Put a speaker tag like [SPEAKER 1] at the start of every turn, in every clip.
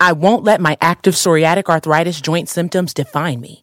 [SPEAKER 1] I won't let my active psoriatic arthritis joint symptoms define me.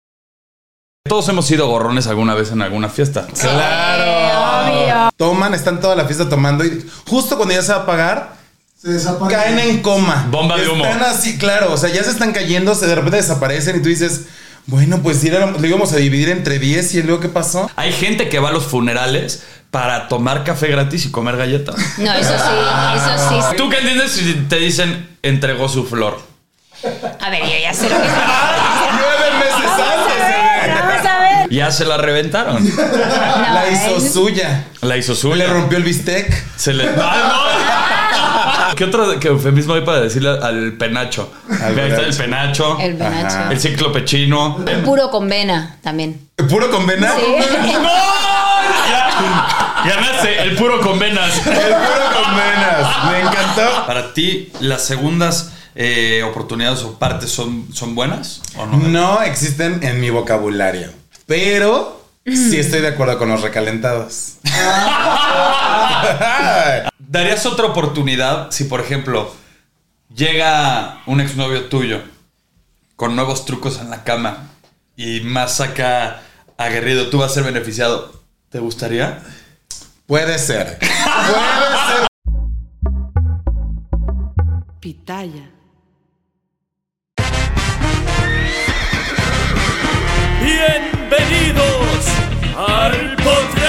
[SPEAKER 2] Todos hemos sido gorrones alguna vez en alguna fiesta.
[SPEAKER 3] ¡Claro! Toman, están toda la fiesta tomando y justo cuando ya se va a apagar,
[SPEAKER 4] Se desaparece.
[SPEAKER 3] caen en coma.
[SPEAKER 2] Bomba de humo.
[SPEAKER 3] Están así, claro, o sea, ya se están cayendo, se de repente desaparecen y tú dices, bueno, pues sí, era- lo íbamos a dividir entre 10 y luego qué pasó.
[SPEAKER 2] Hay gente que va a los funerales para tomar café gratis y comer galletas.
[SPEAKER 5] No, eso sí, eso sí.
[SPEAKER 2] ¿Tú qué entiendes si te dicen entregó su flor?
[SPEAKER 5] A ver, yo ya sé lo que
[SPEAKER 3] Nueve meses antes.
[SPEAKER 5] Vamos a ver.
[SPEAKER 2] Ya se la reventaron.
[SPEAKER 3] La hizo
[SPEAKER 5] es-
[SPEAKER 3] suya.
[SPEAKER 2] La hizo
[SPEAKER 3] Le
[SPEAKER 2] suya.
[SPEAKER 3] rompió el bistec.
[SPEAKER 2] Se le. ¡Ah, no! ¿Qué otro que eufemismo hay para decirle al penacho?
[SPEAKER 3] Al
[SPEAKER 2] Ahí está el
[SPEAKER 3] penacho.
[SPEAKER 2] penacho.
[SPEAKER 5] El
[SPEAKER 2] El,
[SPEAKER 5] venacho.
[SPEAKER 2] cíclope chino.
[SPEAKER 5] El puro con vena también.
[SPEAKER 3] Puro con vena.
[SPEAKER 5] Sí.
[SPEAKER 2] ¡No! Ya, ganaste eh, el puro con venas.
[SPEAKER 3] El puro con venas. Me encantó.
[SPEAKER 2] Para ti, las segundas eh, oportunidades o partes son, son buenas o no?
[SPEAKER 3] No existen en mi vocabulario. Pero sí estoy de acuerdo con los recalentados.
[SPEAKER 2] ¿Darías otra oportunidad si, por ejemplo, llega un exnovio tuyo con nuevos trucos en la cama y más saca aguerrido, tú vas a ser beneficiado? ¿Te gustaría?
[SPEAKER 3] Puede ser. Puede ser.
[SPEAKER 6] Pitaya.
[SPEAKER 7] Bienvenidos al potrero.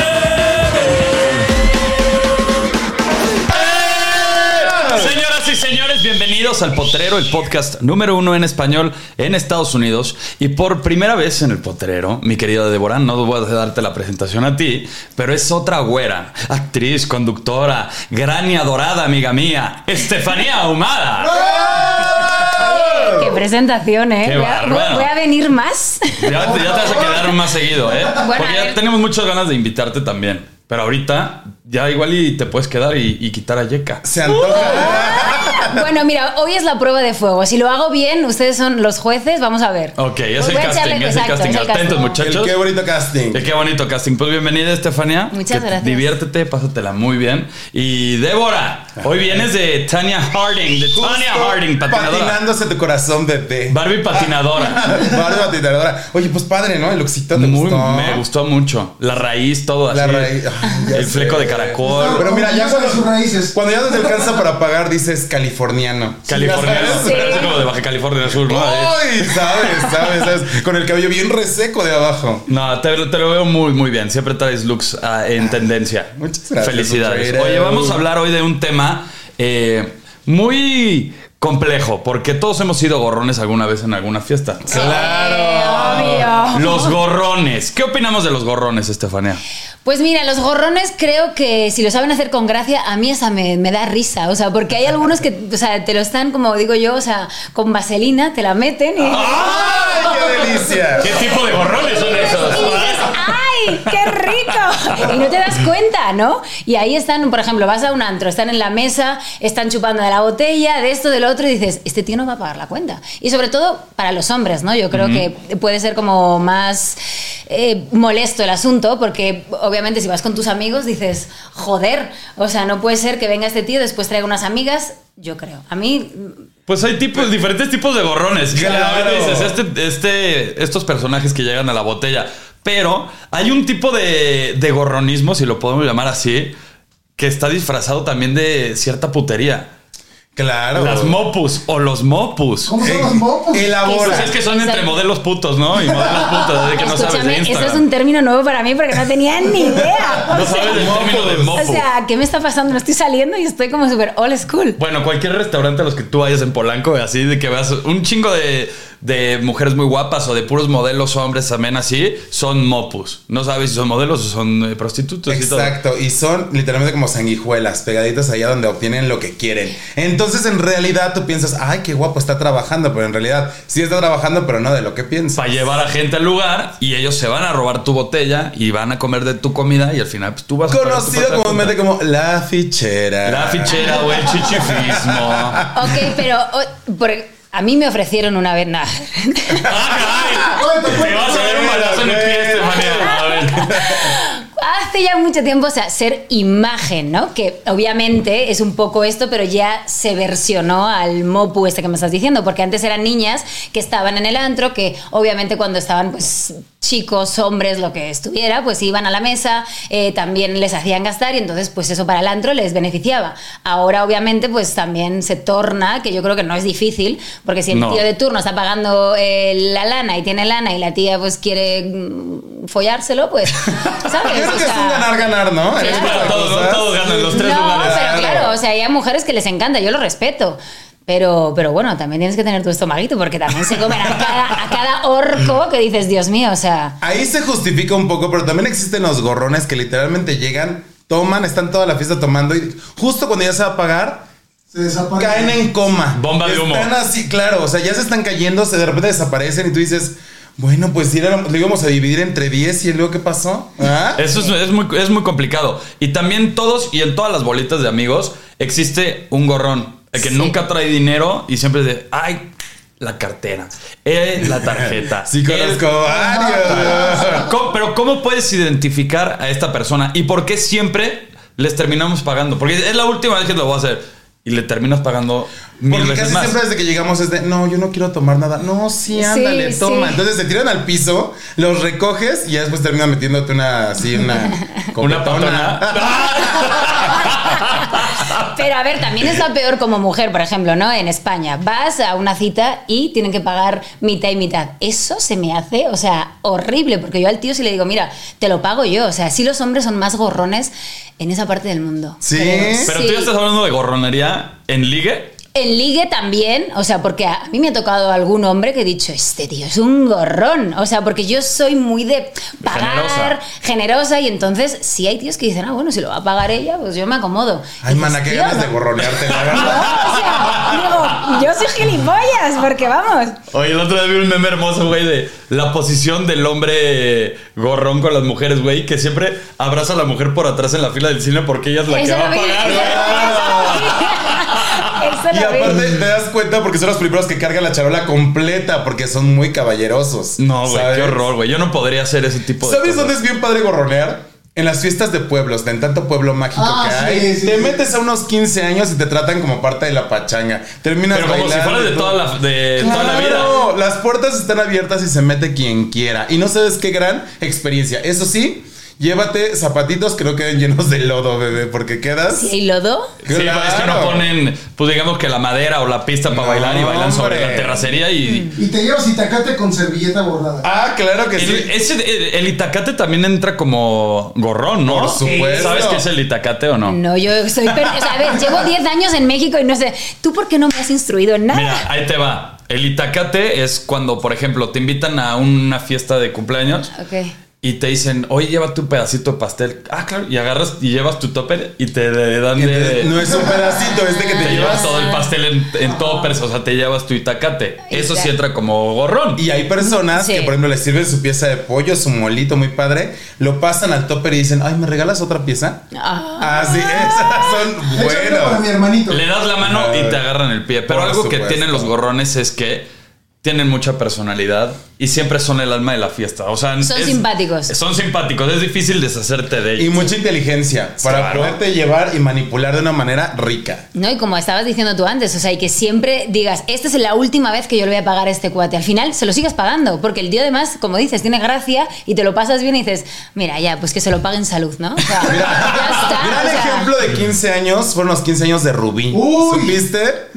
[SPEAKER 2] Señoras y señores, bienvenidos al Potrero, el podcast número uno en español en Estados Unidos. Y por primera vez en el Potrero, mi querida Débora, no voy a darte la presentación a ti, pero es otra güera, actriz, conductora, gran y adorada amiga mía, Estefanía Ahumada.
[SPEAKER 5] Qué presentación, ¿eh?
[SPEAKER 2] Qué
[SPEAKER 5] voy, a,
[SPEAKER 2] bárbaro.
[SPEAKER 5] voy a venir más.
[SPEAKER 2] Ya, ya te vas a quedar más seguido, ¿eh?
[SPEAKER 5] Bueno,
[SPEAKER 2] Porque
[SPEAKER 5] a
[SPEAKER 2] ya
[SPEAKER 5] ver.
[SPEAKER 2] tenemos muchas ganas de invitarte también. Pero ahorita ya igual y te puedes quedar y, y quitar a Yeka.
[SPEAKER 3] Se antoja.
[SPEAKER 5] Bueno, mira, hoy es la prueba de fuego. Si lo hago bien, ustedes son los jueces, vamos a ver.
[SPEAKER 2] Ok, es
[SPEAKER 5] Pues Voy
[SPEAKER 2] el
[SPEAKER 5] a echarle-
[SPEAKER 2] casting, es el
[SPEAKER 5] exacto,
[SPEAKER 2] casting.
[SPEAKER 5] es el
[SPEAKER 2] Atentos,
[SPEAKER 5] casting.
[SPEAKER 2] muchachos.
[SPEAKER 3] El qué bonito casting.
[SPEAKER 2] Eh, qué bonito casting. Pues bienvenida, Estefanía.
[SPEAKER 5] Muchas
[SPEAKER 2] Que
[SPEAKER 5] gracias.
[SPEAKER 2] Diviértete, pásatela muy bien. Y Débora, hoy vienes de Tanya Harding, de
[SPEAKER 3] Justo
[SPEAKER 2] Tanya Harding, patinadora.
[SPEAKER 3] Patinándose tu corazón, bebé.
[SPEAKER 2] Barbie patinadora.
[SPEAKER 3] Barbie patinadora. Oye, pues padre, ¿no? El oxito te
[SPEAKER 2] Muy,
[SPEAKER 3] gustó.
[SPEAKER 2] me gustó mucho. La raíz, todo
[SPEAKER 3] La
[SPEAKER 2] así.
[SPEAKER 3] raíz. Ay, ya
[SPEAKER 2] el
[SPEAKER 3] sé.
[SPEAKER 2] fleco de caracol.
[SPEAKER 3] Pero mira, ya
[SPEAKER 4] Ya sabe
[SPEAKER 3] cuando,
[SPEAKER 4] sus raíces.
[SPEAKER 3] cuando ya no te alcanza para pagar, dices californiano.
[SPEAKER 2] Californiano,
[SPEAKER 3] Ya sabes.
[SPEAKER 2] pero es como de Baja California Sur, ¿no?
[SPEAKER 3] Ay, sabes, sabes, sabes. Con el cabello bien reseco de abajo.
[SPEAKER 2] No, te, te lo veo muy, muy bien. Siempre traes looks ah, en tendencia.
[SPEAKER 3] Muchas gracias,
[SPEAKER 2] Felicidades.
[SPEAKER 3] Lucero.
[SPEAKER 2] Oye, vamos a hablar hoy de un tema eh, muy complejo, porque todos hemos sido gorrones alguna vez en alguna fiesta.
[SPEAKER 5] Claro.
[SPEAKER 2] Los gorrones. ¿Qué opinamos de los gorrones, Estefanía?
[SPEAKER 5] Pues mira, los gorrones creo que si lo saben hacer con gracia, a mí esa me, me da risa. O sea, porque hay algunos que, o sea, te lo están, como digo yo, o sea, con vaselina, te la meten y.
[SPEAKER 3] ¡Ay, qué delicia!
[SPEAKER 2] ¿Qué tipo de gorrones son
[SPEAKER 5] Ah, Y dices, ¡ay, qué rico! y no te das cuenta, ¿no? Y ahí están, por ejemplo, vas a un antro, están en la mesa, están chupando de la botella, de esto, del otro, y dices, este tío no va a pagar la cuenta. Y sobre todo para los hombres, ¿no? Yo creo que puede ser como más eh, molesto el asunto, porque obviamente si vas con tus amigos dices, joder, o sea, no puede ser que venga este tío, después traiga unas amigas, yo creo. A mí
[SPEAKER 2] Pues hay tipos, diferentes tiptipos de gorrones.
[SPEAKER 3] Claro.
[SPEAKER 2] Que ahorita dices, este, este, estos personajes que llegan a la botella. Pero hay un tipo de, de gorronismo, si lo podemos llamar así, que está disfrazado también de cierta putería.
[SPEAKER 3] Claro.
[SPEAKER 2] Las mopus o los mopus.
[SPEAKER 4] ¿Cómo son los mopos?
[SPEAKER 2] Pues
[SPEAKER 3] Elabora.
[SPEAKER 2] es que son entre
[SPEAKER 5] Exacto.
[SPEAKER 2] modelos putos, ¿no? Y modelos putos, así que no sabes de
[SPEAKER 5] Escúchame, eso
[SPEAKER 2] Instagram.
[SPEAKER 5] es un término nuevo para mí porque no tenía ni idea. O
[SPEAKER 2] No
[SPEAKER 5] sea,
[SPEAKER 2] sabes del término de mopu.
[SPEAKER 5] O sea, ¿qué me está pasando? No estoy saliendo y estoy como súper old school.
[SPEAKER 2] Bueno, cualquier restaurante a los que tú vayas en Polanco, así de que veas un chingo de, de mujeres muy guapas o de puros modelos hombres también así, son mopus. No sabes si son modelos o son eh, prostitutos y todo.
[SPEAKER 3] Exacto, y son literalmente como sanguijuelas, pegaditas allá donde obtienen lo que quieren. Entonces, en realidad, tú piensas, ay, qué guapo, está trabajando, pero en realidad sí está trabajando, pero no de lo que piensa.
[SPEAKER 2] Para llevar a gente al lugar y ellos se van a robar tu botella y van a comer de tu comida y al final pues, tú vas a pagar tu parte de
[SPEAKER 3] Conocido
[SPEAKER 2] la
[SPEAKER 3] comúnmente
[SPEAKER 2] cuenta.
[SPEAKER 3] como la fichera.
[SPEAKER 2] La fichera o el chichifismo.
[SPEAKER 3] Ah,
[SPEAKER 5] Ok, pero o- por- a mí me ofrecieron una vez nada.
[SPEAKER 2] ¡Ah,
[SPEAKER 4] Cuenta,
[SPEAKER 2] caray! Te
[SPEAKER 4] cuenta.
[SPEAKER 2] vas a ver un balazo en el pie, Estefanía. A ver.
[SPEAKER 5] Hace ya mucho tiempo, o sea, ser imagen, ¿no? Que obviamente es un poco esto, pero ya se versionó al mopu este que me estás diciendo, porque antes eran niñas que estaban en el antro, que obviamente cuando estaban, pues, chicos, hombres, lo que estuviera, pues iban a la mesa, eh, también les hacían gastar y entonces, pues, eso para el antro les beneficiaba. Ahora, obviamente, pues, también se torna, que yo creo que no es difícil, porque si el
[SPEAKER 2] No.
[SPEAKER 5] tío de turno está pagando eh, la lana y tiene lana y la tía, pues, quiere mm, follárselo, pues, ¿sabes?
[SPEAKER 3] Yo creo
[SPEAKER 5] O
[SPEAKER 3] que es
[SPEAKER 5] sea,
[SPEAKER 3] un ganar-ganar, ¿no? En
[SPEAKER 5] Claro.
[SPEAKER 3] este tipo de
[SPEAKER 2] Todos-
[SPEAKER 3] cosas.
[SPEAKER 2] todos ganan los tres
[SPEAKER 5] no,
[SPEAKER 2] lugares.
[SPEAKER 5] pero claro, o sea, hay mujeres que les encanta, yo lo respeto. Pero, pero bueno, también tienes que tener tu estomaguito porque también se comen a cada, a cada orco que dices, Dios mío, o sea...
[SPEAKER 3] Ahí se justifica un poco, pero también existen los gorrones que literalmente llegan, toman, están toda la fiesta tomando y justo cuando ya se va a pagar,
[SPEAKER 4] Se desaparece.
[SPEAKER 3] caen en coma.
[SPEAKER 2] Bomba de humo.
[SPEAKER 3] Están así, claro, o sea, ya se están cayendo, se de repente desaparecen y tú dices, bueno, pues sí, era- lo íbamos a dividir entre 10 y luego qué pasó. ¿Ah?
[SPEAKER 2] Eso es, es muy, es muy complicado. Y también todos y en todas las bolitas de amigos existe un gorrón. El que nunca trae dinero y siempre es de, ay, la cartera, eh, la tarjeta.
[SPEAKER 3] Sí, conozco
[SPEAKER 2] el-
[SPEAKER 3] varios.
[SPEAKER 2] ¿Cómo- pero ¿cómo puedes identificar a esta persona? ¿Y por qué siempre les terminamos pagando? Porque es la última vez que lo voy a hacer. Y le terminas pagando mil
[SPEAKER 3] Porque
[SPEAKER 2] veces
[SPEAKER 3] casi
[SPEAKER 2] más.
[SPEAKER 3] siempre desde que llegamos es de, no, yo no quiero tomar nada. No, sí,
[SPEAKER 5] Sí,
[SPEAKER 3] ándale,
[SPEAKER 5] sí.
[SPEAKER 3] toma. Entonces te tiran al piso, los recoges y ya después terminan metiéndote una, así, una...
[SPEAKER 2] Una
[SPEAKER 3] copetona.
[SPEAKER 2] patona.
[SPEAKER 5] Pero a ver, también está peor como mujer, por ejemplo, ¿no? En España. Vas a una cita y tienen que pagar mitad y mitad. Eso se me hace, o sea, horrible, porque yo al tío sí le digo, mira, te lo pago yo. O sea, sí los hombres son más gorrones en esa parte del mundo.
[SPEAKER 3] Sí.
[SPEAKER 5] creo.
[SPEAKER 2] Pero
[SPEAKER 5] Sí.
[SPEAKER 2] tú ya estás hablando de gorronería en ligue.
[SPEAKER 5] En ligue también, o sea, porque a mí me ha tocado algún hombre que he dicho, este tío es un gorrón, o sea, porque yo soy muy de pagar,
[SPEAKER 2] Generosa.
[SPEAKER 5] generosa, y entonces sí hay tíos que dicen, ah, bueno, si lo va a pagar ella, pues yo me acomodo.
[SPEAKER 3] Ay,
[SPEAKER 5] Y
[SPEAKER 3] mana,
[SPEAKER 5] dices,
[SPEAKER 3] qué
[SPEAKER 5] "Tío,
[SPEAKER 3] ganas de
[SPEAKER 5] no".
[SPEAKER 3] gorronearte, la
[SPEAKER 5] No,
[SPEAKER 3] verdad.
[SPEAKER 5] o sea, digo, yo soy gilipollas, porque vamos.
[SPEAKER 2] Oye, el otro día vi un meme hermoso, güey, de la posición del hombre gorrón con las mujeres, güey, que siempre abraza a la mujer por atrás en la fila del cine porque ella es la que
[SPEAKER 5] Eso
[SPEAKER 2] va a
[SPEAKER 5] lo vi,
[SPEAKER 2] pagar,
[SPEAKER 5] eso lo vi, eso
[SPEAKER 3] Y
[SPEAKER 5] lo vi.
[SPEAKER 3] aparte te das cuenta porque son los primeros que cargan la charola completa porque son muy caballerosos.
[SPEAKER 2] güey. No, güey,
[SPEAKER 3] ¿sabes?
[SPEAKER 2] qué horror, güey. Yo no podría hacer ese tipo de
[SPEAKER 3] ¿Sabes
[SPEAKER 2] cosas.
[SPEAKER 3] dónde es bien padre gorronear? En las fiestas de pueblos, en tanto pueblo mágico
[SPEAKER 4] Ah,
[SPEAKER 3] que
[SPEAKER 4] sí,
[SPEAKER 3] hay.
[SPEAKER 4] sí,
[SPEAKER 3] te
[SPEAKER 4] sí.
[SPEAKER 3] metes a unos 15 años y te tratan como parte de la pachanga. Terminas
[SPEAKER 2] Pero como si
[SPEAKER 3] bailando
[SPEAKER 2] fuera
[SPEAKER 3] y
[SPEAKER 2] de
[SPEAKER 3] todo.
[SPEAKER 2] toda la, de Eh, toda la vida.
[SPEAKER 3] Claro, las puertas están abiertas y se mete quien quiera. Y no sabes qué gran experiencia. Eso sí, llévate zapatitos que no queden llenos de lodo, bebé, porque quedas.
[SPEAKER 5] Si hay lodo,
[SPEAKER 2] Sí,
[SPEAKER 3] Claro.
[SPEAKER 2] es que no ponen, pues digamos que la madera o la pista para
[SPEAKER 3] No,
[SPEAKER 2] bailar y bailan sobre la
[SPEAKER 3] hombre.
[SPEAKER 2] terracería y...
[SPEAKER 4] Y te llevas itacate con servilleta bordada.
[SPEAKER 3] Ah, claro que sí.
[SPEAKER 2] El, ese- el- el itacate también entra como gorrón, ¿no?
[SPEAKER 3] Por supuesto.
[SPEAKER 2] ¿Sabes qué es el itacate o no?
[SPEAKER 5] no, yo soy... per- O sea, a ver, llevo 10 años en México y no sé, ¿tú por qué no me has instruido en nada?
[SPEAKER 2] Mira, ahí te va. El itacate es cuando, por ejemplo, te invitan a una fiesta de cumpleaños
[SPEAKER 5] Ok.
[SPEAKER 2] y te dicen, oye, lleva tu pedacito de pastel. Ah, claro. Y agarras y llevas tu topper y te de- dan de.
[SPEAKER 3] Entonces, no es un pedacito este que te
[SPEAKER 2] te llevas
[SPEAKER 3] llevas.
[SPEAKER 2] todo el pastel en, en toppers, o sea, te llevas tu itacate. Eso sí
[SPEAKER 5] Exacto.
[SPEAKER 2] entra como gorrón.
[SPEAKER 3] Y hay personas
[SPEAKER 5] Sí.
[SPEAKER 3] que, por ejemplo, les sirven su pieza de pollo, su molito muy padre, lo pasan al topper y dicen, ay, ¿me regalas otra pieza? Así, esas son
[SPEAKER 4] Échame uno para mi
[SPEAKER 3] buenas.
[SPEAKER 4] hermanito.
[SPEAKER 2] Le das la mano y te agarran el pie. Pero
[SPEAKER 3] Por
[SPEAKER 2] algo que
[SPEAKER 3] supuesto.
[SPEAKER 2] tienen los gorrones es que tienen mucha personalidad y siempre son el alma de la fiesta. O sea,
[SPEAKER 5] Son simpáticos.
[SPEAKER 2] Son simpáticos. Es difícil deshacerte de ellos.
[SPEAKER 3] Y mucha inteligencia para
[SPEAKER 2] Claro.
[SPEAKER 3] poderte llevar y manipular de una manera rica.
[SPEAKER 5] No, y como estabas diciendo tú antes, o sea, y que siempre digas, esta es la última vez que yo le voy a pagar a este cuate. Al final se lo sigas pagando, porque el tío además, como dices, tiene gracia y te lo pasas bien y dices, mira, ya, pues que se lo pague en salud, ¿no? O sea, ya está.
[SPEAKER 3] Gran
[SPEAKER 5] o sea.
[SPEAKER 3] ejemplo de 15 años fueron los 15 años de Rubí.
[SPEAKER 4] Uy.
[SPEAKER 3] ¿Supiste?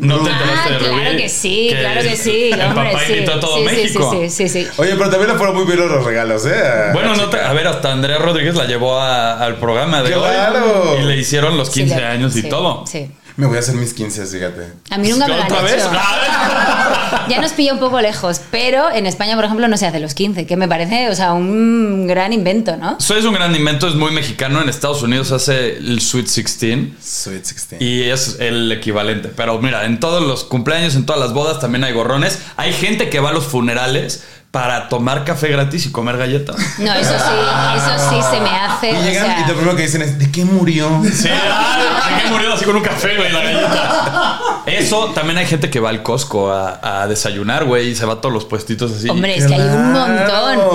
[SPEAKER 2] No te
[SPEAKER 5] Ah,
[SPEAKER 2] enteraste de Rubí,
[SPEAKER 5] claro que sí, claro que sí, hombre,
[SPEAKER 2] empapá
[SPEAKER 5] sí.
[SPEAKER 2] invitó a todo
[SPEAKER 5] sí, sí,
[SPEAKER 2] México.
[SPEAKER 5] Sí, sí, sí, sí.
[SPEAKER 3] Oye, pero también le fueron muy bien los regalos, ¿eh?
[SPEAKER 2] Bueno, no te- a ver, hasta Andrea Rodríguez la llevó a- al programa de
[SPEAKER 3] Claro.
[SPEAKER 2] hoy y le hicieron los 15
[SPEAKER 5] Sí,
[SPEAKER 2] años y
[SPEAKER 5] sí,
[SPEAKER 2] todo.
[SPEAKER 5] Sí.
[SPEAKER 3] Me voy a hacer mis 15, fíjate.
[SPEAKER 5] A mí nunca me lo han
[SPEAKER 2] ¿Otra vez?
[SPEAKER 5] hecho. Ya nos pilla un poco lejos, pero en España, por ejemplo, no se hace los 15, que me parece, o sea, un gran invento, ¿no?
[SPEAKER 2] Eso es un gran invento, es muy mexicano. En Estados Unidos hace el Sweet 16
[SPEAKER 3] Sweet 16.
[SPEAKER 2] y es el equivalente. Pero mira, en todos los cumpleaños, en todas las bodas también hay gorrones. Hay gente que va a los funerales para tomar café gratis y comer galletas.
[SPEAKER 5] No, eso sí, eso sí se me hace.
[SPEAKER 3] Y
[SPEAKER 5] o
[SPEAKER 3] llegan
[SPEAKER 5] sea,
[SPEAKER 3] y lo primero que dicen es, ¿de qué murió?
[SPEAKER 2] Sí, ay, ¿de qué murió así con un café, güey, la galleta. Eso, también hay gente que va al Costco a, a desayunar, güey, y se va a todos los puestitos así.
[SPEAKER 5] Hombre, es que hay un
[SPEAKER 3] Claro.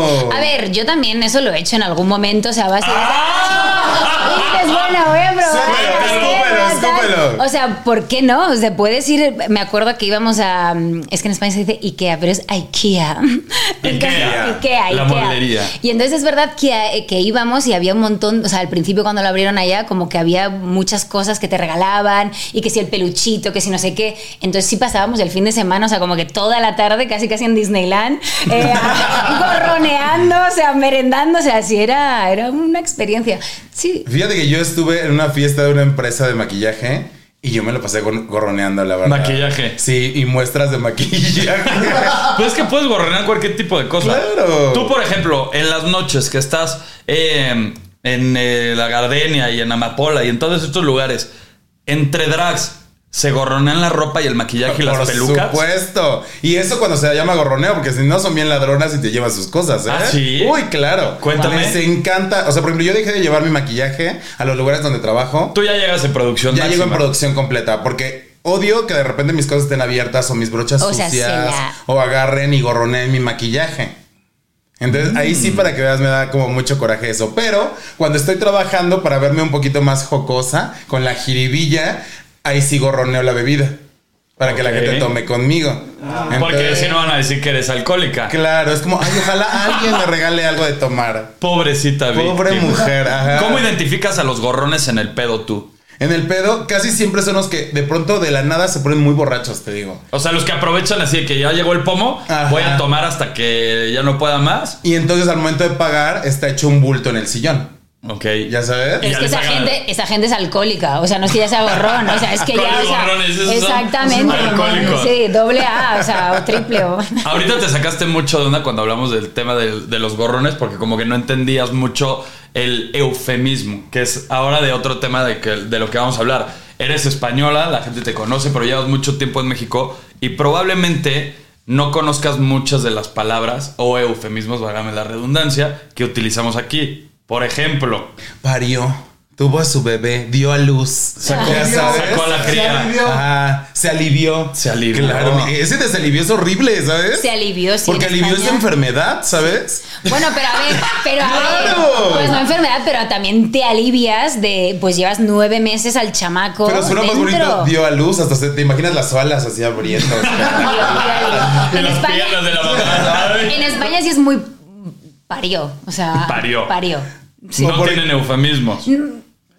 [SPEAKER 5] montón. A ver, yo también eso lo he hecho en algún momento, o sea, vas y dices, "Ah, dices, bueno, voy a probar.
[SPEAKER 3] Escúpelo,
[SPEAKER 5] Sí,
[SPEAKER 3] escúpelo,
[SPEAKER 5] voy a tal".
[SPEAKER 3] escúpelo.
[SPEAKER 5] O sea, ¿por qué no? O sea, puedes ir, me acuerdo que íbamos a, mm, es que en España se dice Ikea, pero es Ikea. Ikea, Ikea.
[SPEAKER 2] La mueblería.
[SPEAKER 5] Y entonces es verdad que, eh, que íbamos y había un montón, o sea, al principio cuando lo abrieron allá, como que había muchas cosas que te regalaban y que si el peluchito, que si no sé qué. Entonces sí pasábamos el fin de semana, o sea, como que toda la tarde, casi casi en Disneyland, eh, gorroneando, o sea, merendando, o sea, sí era, era una experiencia. Sí.
[SPEAKER 3] Fíjate que yo estuve en una fiesta de una empresa de maquillaje y yo me lo pasé gor- gorroneando, la verdad.
[SPEAKER 2] Maquillaje.
[SPEAKER 3] Sí, y muestras de maquillaje.
[SPEAKER 2] Pues es que puedes gorrenar cualquier tipo de cosa.
[SPEAKER 3] Claro.
[SPEAKER 2] Tú, por ejemplo, en las noches que estás eh, en eh, la Gardenia y en Amapola y en todos estos lugares, entre drags, se gorronean la ropa y el maquillaje y las
[SPEAKER 3] Por
[SPEAKER 2] pelucas.
[SPEAKER 3] supuesto. Y eso cuando se llama gorroneo, porque si no son bien ladronas y te llevan sus cosas, ¿eh?
[SPEAKER 2] Ah, ¿sí?
[SPEAKER 3] Uy, claro.
[SPEAKER 2] Cuéntame.
[SPEAKER 3] Les encanta. O sea, por ejemplo, yo dejé de llevar mi maquillaje a los lugares donde trabajo.
[SPEAKER 2] Tú ya llegas en producción.
[SPEAKER 3] ya llego en
[SPEAKER 2] máxima.
[SPEAKER 3] producción completa, porque odio que de repente mis cosas estén abiertas o mis brochas
[SPEAKER 5] O sea,
[SPEAKER 3] sucias
[SPEAKER 5] se la-
[SPEAKER 3] o agarren y gorroneen mi maquillaje. Entonces ahí sí
[SPEAKER 2] Mm.
[SPEAKER 3] para que veas me da como mucho coraje eso, pero cuando estoy trabajando para verme un poquito más jocosa con la jiribilla, ahí sí gorroneo la bebida para que la
[SPEAKER 2] Ok. Ah.
[SPEAKER 3] gente tome conmigo.
[SPEAKER 2] Porque
[SPEAKER 3] Entonces,
[SPEAKER 2] si no van a decir que eres alcohólica.
[SPEAKER 3] Claro, es como, ay, ojalá alguien me regale algo de tomar.
[SPEAKER 2] Pobrecita
[SPEAKER 3] Pobre
[SPEAKER 2] víctima.
[SPEAKER 3] mujer, ajá.
[SPEAKER 2] ¿Cómo identificas a los gorrones en el pedo tú?
[SPEAKER 3] En el pedo casi siempre son los que de pronto de la nada se ponen muy borrachos, te digo.
[SPEAKER 2] O sea, los que aprovechan así de que ya llegó el pomo,
[SPEAKER 3] Ajá.
[SPEAKER 2] voy a tomar hasta que ya no pueda más.
[SPEAKER 3] Y entonces al momento de pagar está hecho un bulto en el sillón.
[SPEAKER 2] Ok.
[SPEAKER 3] Ya sabes.
[SPEAKER 2] Y
[SPEAKER 5] Es
[SPEAKER 2] ya
[SPEAKER 5] que
[SPEAKER 2] les
[SPEAKER 5] esa
[SPEAKER 2] hagan-
[SPEAKER 5] gente, esa gente es alcohólica, o sea, no es que ya sea gorrón, o sea, es que
[SPEAKER 2] Con
[SPEAKER 5] ya,
[SPEAKER 2] los
[SPEAKER 5] o sea,
[SPEAKER 2] gorrones, esos son
[SPEAKER 5] exactamente,
[SPEAKER 2] alcohólicos. Ah.
[SPEAKER 5] sí, doble A, o sea, o triple O.
[SPEAKER 2] Ahorita te sacaste mucho de onda cuando hablamos del tema del- de, los gorrones, porque como que no entendías mucho el eufemismo, que es ahora de otro tema de, que- de lo que vamos a hablar. Eres española, la gente te conoce, pero llevas mucho tiempo en México y probablemente no conozcas muchas de las palabras o eufemismos, válgame la redundancia, que utilizamos aquí. Por ejemplo,
[SPEAKER 3] Parió, tuvo a su bebé, dio a luz.
[SPEAKER 2] Sacó-
[SPEAKER 3] ya
[SPEAKER 2] sacó a la
[SPEAKER 4] Se
[SPEAKER 2] cría.
[SPEAKER 4] alivió.
[SPEAKER 3] Ajá, se alivió.
[SPEAKER 2] Se alivió.
[SPEAKER 3] Claro, ese de se alivió es horrible, ¿sabes?
[SPEAKER 5] Se alivió, sí,
[SPEAKER 3] Porque
[SPEAKER 5] en
[SPEAKER 3] alivió
[SPEAKER 5] España.
[SPEAKER 3] esa enfermedad, ¿sabes?
[SPEAKER 5] Bueno, pero a ver, pero a
[SPEAKER 3] ¡Claro!
[SPEAKER 5] ver, pues no enfermedad, pero también te alivias de, pues llevas nueve meses al chamaco
[SPEAKER 3] Pero
[SPEAKER 2] Oh,
[SPEAKER 3] suena más
[SPEAKER 5] dentro.
[SPEAKER 3] bonito, dio a luz, hasta se- te imaginas las alas así abriendo.
[SPEAKER 5] En
[SPEAKER 2] las
[SPEAKER 5] España-
[SPEAKER 2] piernas de la mamá.
[SPEAKER 5] En España sí es muy parió, o sea,
[SPEAKER 2] Parió.
[SPEAKER 5] parió.
[SPEAKER 2] no tienen eufemismos.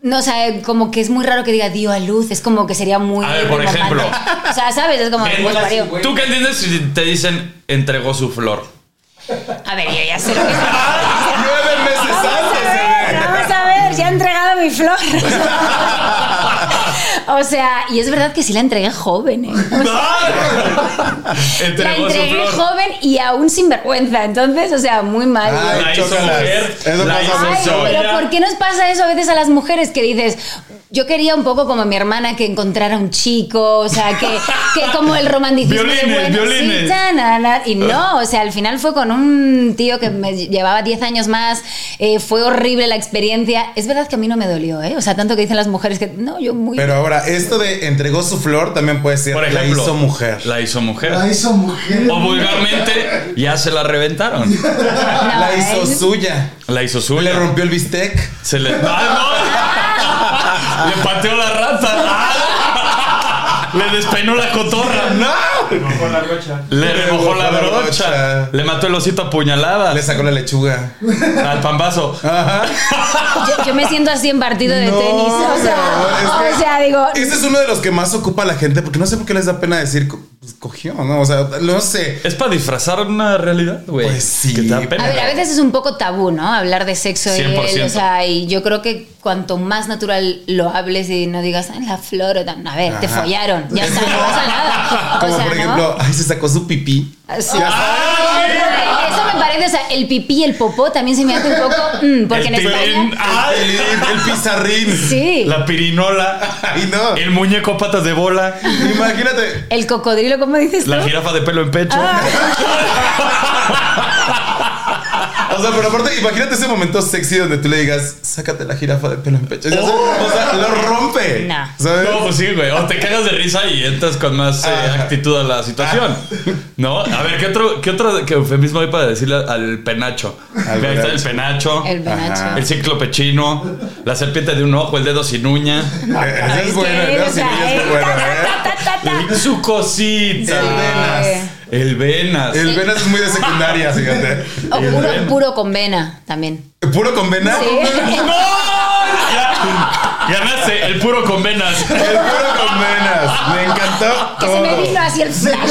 [SPEAKER 5] No, o sea, como que es muy raro que diga dio a luz, es como que sería muy.
[SPEAKER 2] A ver, por
[SPEAKER 5] rimbombante.
[SPEAKER 2] ejemplo.
[SPEAKER 5] O sea, ¿sabes? Es como. pues, parió.
[SPEAKER 2] ¿Tú qué entiendes si te dicen entregó su flor?
[SPEAKER 5] A ver, yo ya sé lo que es.
[SPEAKER 3] Nueve meses
[SPEAKER 5] Vamos a
[SPEAKER 3] antes. eh.
[SPEAKER 5] ver, vamos a ver, ya he entregado mi flor. O sea, y es verdad que sí la entregué joven, ¿eh? O sea, la
[SPEAKER 2] Entregó su
[SPEAKER 5] entregué
[SPEAKER 2] flor.
[SPEAKER 5] joven y aún sin vergüenza. Entonces, o sea, muy mal.
[SPEAKER 3] Ay,
[SPEAKER 2] La hizo
[SPEAKER 3] chócalas.
[SPEAKER 2] mujer,
[SPEAKER 3] Eso
[SPEAKER 2] la
[SPEAKER 3] pasa
[SPEAKER 2] hizo
[SPEAKER 5] Ay,
[SPEAKER 3] mucho.
[SPEAKER 2] sola.
[SPEAKER 5] pero ¿por qué nos pasa eso a veces a las mujeres que dices, yo quería un poco como mi hermana que encontrara un chico, o sea, que, que como el romanticismo de,
[SPEAKER 2] Violines,
[SPEAKER 5] bueno, sí,
[SPEAKER 2] violines.
[SPEAKER 5] ta, na, na. y no, o sea, al final fue con un tío que me llevaba 10 años más, eh, fue horrible la experiencia. Es verdad que a mí no me dolió, ¿eh? O sea, tanto que dicen las mujeres que, no, yo muy...
[SPEAKER 3] Pero ahora, esto de entregó su flor también puede ser
[SPEAKER 2] Por
[SPEAKER 3] la
[SPEAKER 2] ejemplo,
[SPEAKER 3] hizo mujer.
[SPEAKER 2] La hizo mujer.
[SPEAKER 4] La hizo mujer.
[SPEAKER 2] O vulgarmente, ya se la reventaron.
[SPEAKER 5] No,
[SPEAKER 3] la hizo
[SPEAKER 5] ¿eh?
[SPEAKER 3] suya.
[SPEAKER 2] La hizo suya.
[SPEAKER 3] Le rompió el bistec.
[SPEAKER 2] Se le. ¡Ah, no! Le pateó la rata. ¡Ah! Le despeinó la cotorra. ¡No! Le remojó la
[SPEAKER 3] Le remojó la
[SPEAKER 2] brocha.
[SPEAKER 3] brocha.
[SPEAKER 2] Le mató el osito a puñalada.
[SPEAKER 3] Le sacó la lechuga.
[SPEAKER 2] Al pambazo.
[SPEAKER 3] Ajá.
[SPEAKER 5] Yo, yo me siento así en partido de
[SPEAKER 3] No,
[SPEAKER 5] tenis, o sea,
[SPEAKER 3] pero es que
[SPEAKER 5] o sea, digo...
[SPEAKER 3] Este es uno de los que más ocupa a la gente porque no sé por qué les da pena decir co- pues, cogió, ¿no? O sea, no sé.
[SPEAKER 2] Es para disfrazar una realidad, güey.
[SPEAKER 3] Pues sí.
[SPEAKER 2] Que te da pena.
[SPEAKER 5] A ver, a veces es un poco tabú, ¿no? Hablar de sexo. y-
[SPEAKER 2] 100%.
[SPEAKER 5] o sea, y yo creo que cuanto más natural lo hables y no digas, "Ay, la flor, o tan-". a ver, te
[SPEAKER 3] Ajá.
[SPEAKER 5] follaron, ya
[SPEAKER 3] Es
[SPEAKER 5] está, no
[SPEAKER 3] como-
[SPEAKER 5] pasa nada. O
[SPEAKER 3] Como
[SPEAKER 5] sea,
[SPEAKER 3] por
[SPEAKER 5] ¿no? Ah,
[SPEAKER 3] ejemplo, ay, se sacó su pipí.
[SPEAKER 5] Sí.
[SPEAKER 3] Ya sabes.
[SPEAKER 5] Ay, Eso me parece, o sea, el pipí, el popó también se me hace un poco, mm, porque
[SPEAKER 2] El
[SPEAKER 5] en
[SPEAKER 2] pilín.
[SPEAKER 5] España...
[SPEAKER 2] Ah,
[SPEAKER 3] El, el pizarrín.
[SPEAKER 5] Sí.
[SPEAKER 2] La pirinola.
[SPEAKER 3] Ay, no.
[SPEAKER 2] El muñeco patas de bola.
[SPEAKER 3] Imagínate.
[SPEAKER 5] El cocodrilo, ¿cómo dices tú?
[SPEAKER 2] La jirafa de pelo en pecho.
[SPEAKER 5] Ah.
[SPEAKER 3] O sea, pero aparte, imagínate ese momento sexy donde tú le digas, sácate la jirafa de pelo en pecho. Ya sabes, O sea, lo rompe.
[SPEAKER 5] No.
[SPEAKER 3] ¿Sabes?
[SPEAKER 2] No, pues sí, güey. O te cagas de risa y entras con más eh,
[SPEAKER 3] Ajá.
[SPEAKER 2] actitud a la situación.
[SPEAKER 3] Ah.
[SPEAKER 2] ¿No? A ver, ¿qué otro, qué otro que eufemismo hay para decirle al penacho?
[SPEAKER 3] Al
[SPEAKER 2] Ve, ahí está el
[SPEAKER 3] penacho.
[SPEAKER 2] penacho.
[SPEAKER 5] El
[SPEAKER 2] El,
[SPEAKER 5] penacho.
[SPEAKER 2] cíclope chino. La serpiente de un ojo, el dedo sin uña.
[SPEAKER 3] Eh, esa
[SPEAKER 5] Ay,
[SPEAKER 3] es buena,
[SPEAKER 5] sí,
[SPEAKER 3] ¿no?
[SPEAKER 5] o
[SPEAKER 3] Sí,
[SPEAKER 5] sea,
[SPEAKER 3] ella es
[SPEAKER 5] eh,
[SPEAKER 3] buena,
[SPEAKER 5] ta,
[SPEAKER 3] ¿eh?
[SPEAKER 5] ta, ta, ta, ta.
[SPEAKER 2] Su cosita.
[SPEAKER 3] El venas.
[SPEAKER 2] El venas.
[SPEAKER 3] El venas es muy de secundaria, fíjate.
[SPEAKER 5] O puro, puro con vena también.
[SPEAKER 3] ¿Puro con vena?
[SPEAKER 5] Sí.
[SPEAKER 2] ¡No! Ya, ganaste el puro con venas.
[SPEAKER 3] El puro con venas. Me encantó.
[SPEAKER 5] Que se Pues me
[SPEAKER 3] todo.
[SPEAKER 5] vino así el flash.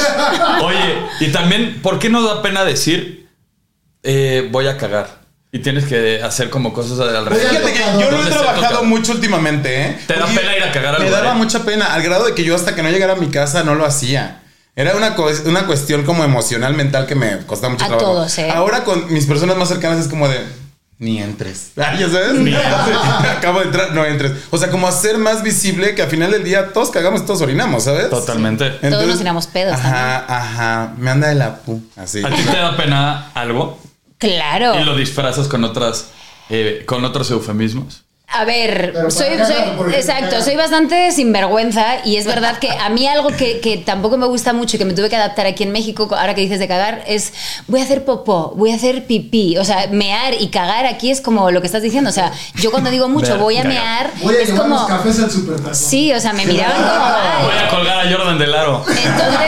[SPEAKER 2] Oye, y también, ¿por qué nos da pena decir eh, voy a cagar? Y tienes que hacer como cosas alrededor.
[SPEAKER 3] Pues Fíjate que yo lo
[SPEAKER 2] ¿Dónde
[SPEAKER 3] he
[SPEAKER 2] se
[SPEAKER 3] trabajado
[SPEAKER 2] toca?
[SPEAKER 3] mucho últimamente, ¿eh?
[SPEAKER 2] Te da
[SPEAKER 3] Porque
[SPEAKER 2] pena ir a cagar al
[SPEAKER 3] Me
[SPEAKER 2] lugar,
[SPEAKER 3] daba
[SPEAKER 2] ¿eh?
[SPEAKER 3] mucha pena, al grado de que yo hasta que no llegara a mi casa no lo hacía. Era una, co- una cuestión como emocional, mental que me costaba mucho
[SPEAKER 5] A
[SPEAKER 3] trabajo.
[SPEAKER 5] todos, ¿eh?
[SPEAKER 3] Ahora con mis personas más cercanas es como de... Ni entres. Ah, ya sabes. Acabo de entrar, no entres. O sea, como hacer más visible que al final del día todos cagamos, todos orinamos, ¿sabes?
[SPEAKER 2] Totalmente.
[SPEAKER 5] Todos nos tiramos pedos
[SPEAKER 3] Ajá, ajá. Me anda de la pu. Así.
[SPEAKER 2] ¿A ti te da pena algo?
[SPEAKER 5] Claro.
[SPEAKER 2] Y lo disfrazas con otras. eh, con otros eufemismos.
[SPEAKER 5] A ver,
[SPEAKER 4] Pero para
[SPEAKER 5] soy,
[SPEAKER 4] cagar,
[SPEAKER 5] soy-
[SPEAKER 4] por ejemplo,
[SPEAKER 5] exacto,
[SPEAKER 4] cagar.
[SPEAKER 5] soy bastante sinvergüenza y es verdad que a mí algo que, que tampoco me gusta mucho y que me tuve que adaptar aquí en México, ahora que dices de cagar, es voy a hacer popó, voy a hacer pipí, o sea, mear y cagar aquí es como lo que estás diciendo, o sea, yo cuando digo mucho
[SPEAKER 2] Ver,
[SPEAKER 5] voy a
[SPEAKER 2] cagar.
[SPEAKER 5] mear,
[SPEAKER 4] Voy a
[SPEAKER 5] es
[SPEAKER 4] llevar
[SPEAKER 5] como...
[SPEAKER 4] los cafés al supermercado.
[SPEAKER 5] Sí, o sea, me miraban como...
[SPEAKER 2] Voy
[SPEAKER 5] "Ay".
[SPEAKER 2] a colgar a Jordan del aro.
[SPEAKER 5] Entonces,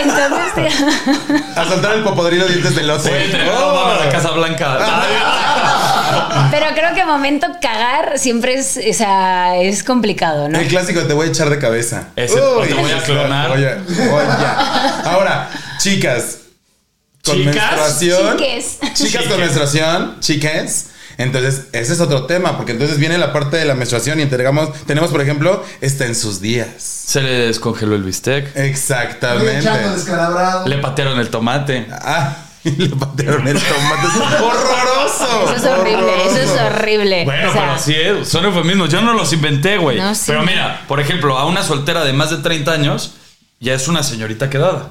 [SPEAKER 5] entonces,
[SPEAKER 3] A saltar el popodrilo dientes de lote.
[SPEAKER 2] Voy a entregar a Obama a la Casa Blanca.
[SPEAKER 3] Oh.
[SPEAKER 5] pero creo que momento cagar siempre es, o sea, es complicado, ¿no?
[SPEAKER 3] Oh. El clásico te voy a echar de cabeza.
[SPEAKER 2] Ese, o te voy a
[SPEAKER 3] ese,
[SPEAKER 2] clonar.
[SPEAKER 3] Oye, oye. Ahora, chicas. Con
[SPEAKER 2] ¿Chicas?
[SPEAKER 3] menstruación.
[SPEAKER 5] Chiques.
[SPEAKER 3] Chicas
[SPEAKER 2] Chiques.
[SPEAKER 3] con menstruación, chiques. Entonces, ese es otro tema, porque entonces viene la parte de la menstruación y entregamos, tenemos, por ejemplo, está en sus días.
[SPEAKER 2] Se le descongeló el bistec.
[SPEAKER 4] Oye,
[SPEAKER 3] Exactamente.
[SPEAKER 4] chato descalabrado.
[SPEAKER 2] Le patearon el tomate.
[SPEAKER 3] Ah, y le patearon el tomate. Es horroroso.
[SPEAKER 5] Eso es horrible, eso es horrible.
[SPEAKER 2] Bueno,
[SPEAKER 5] Eh, O sea,
[SPEAKER 2] pero sí, es- son eufemismos. Yo no los inventé, güey.
[SPEAKER 5] No, sí.
[SPEAKER 2] Pero mira, por ejemplo, a una soltera de más de 30 años ya es una señorita quedada.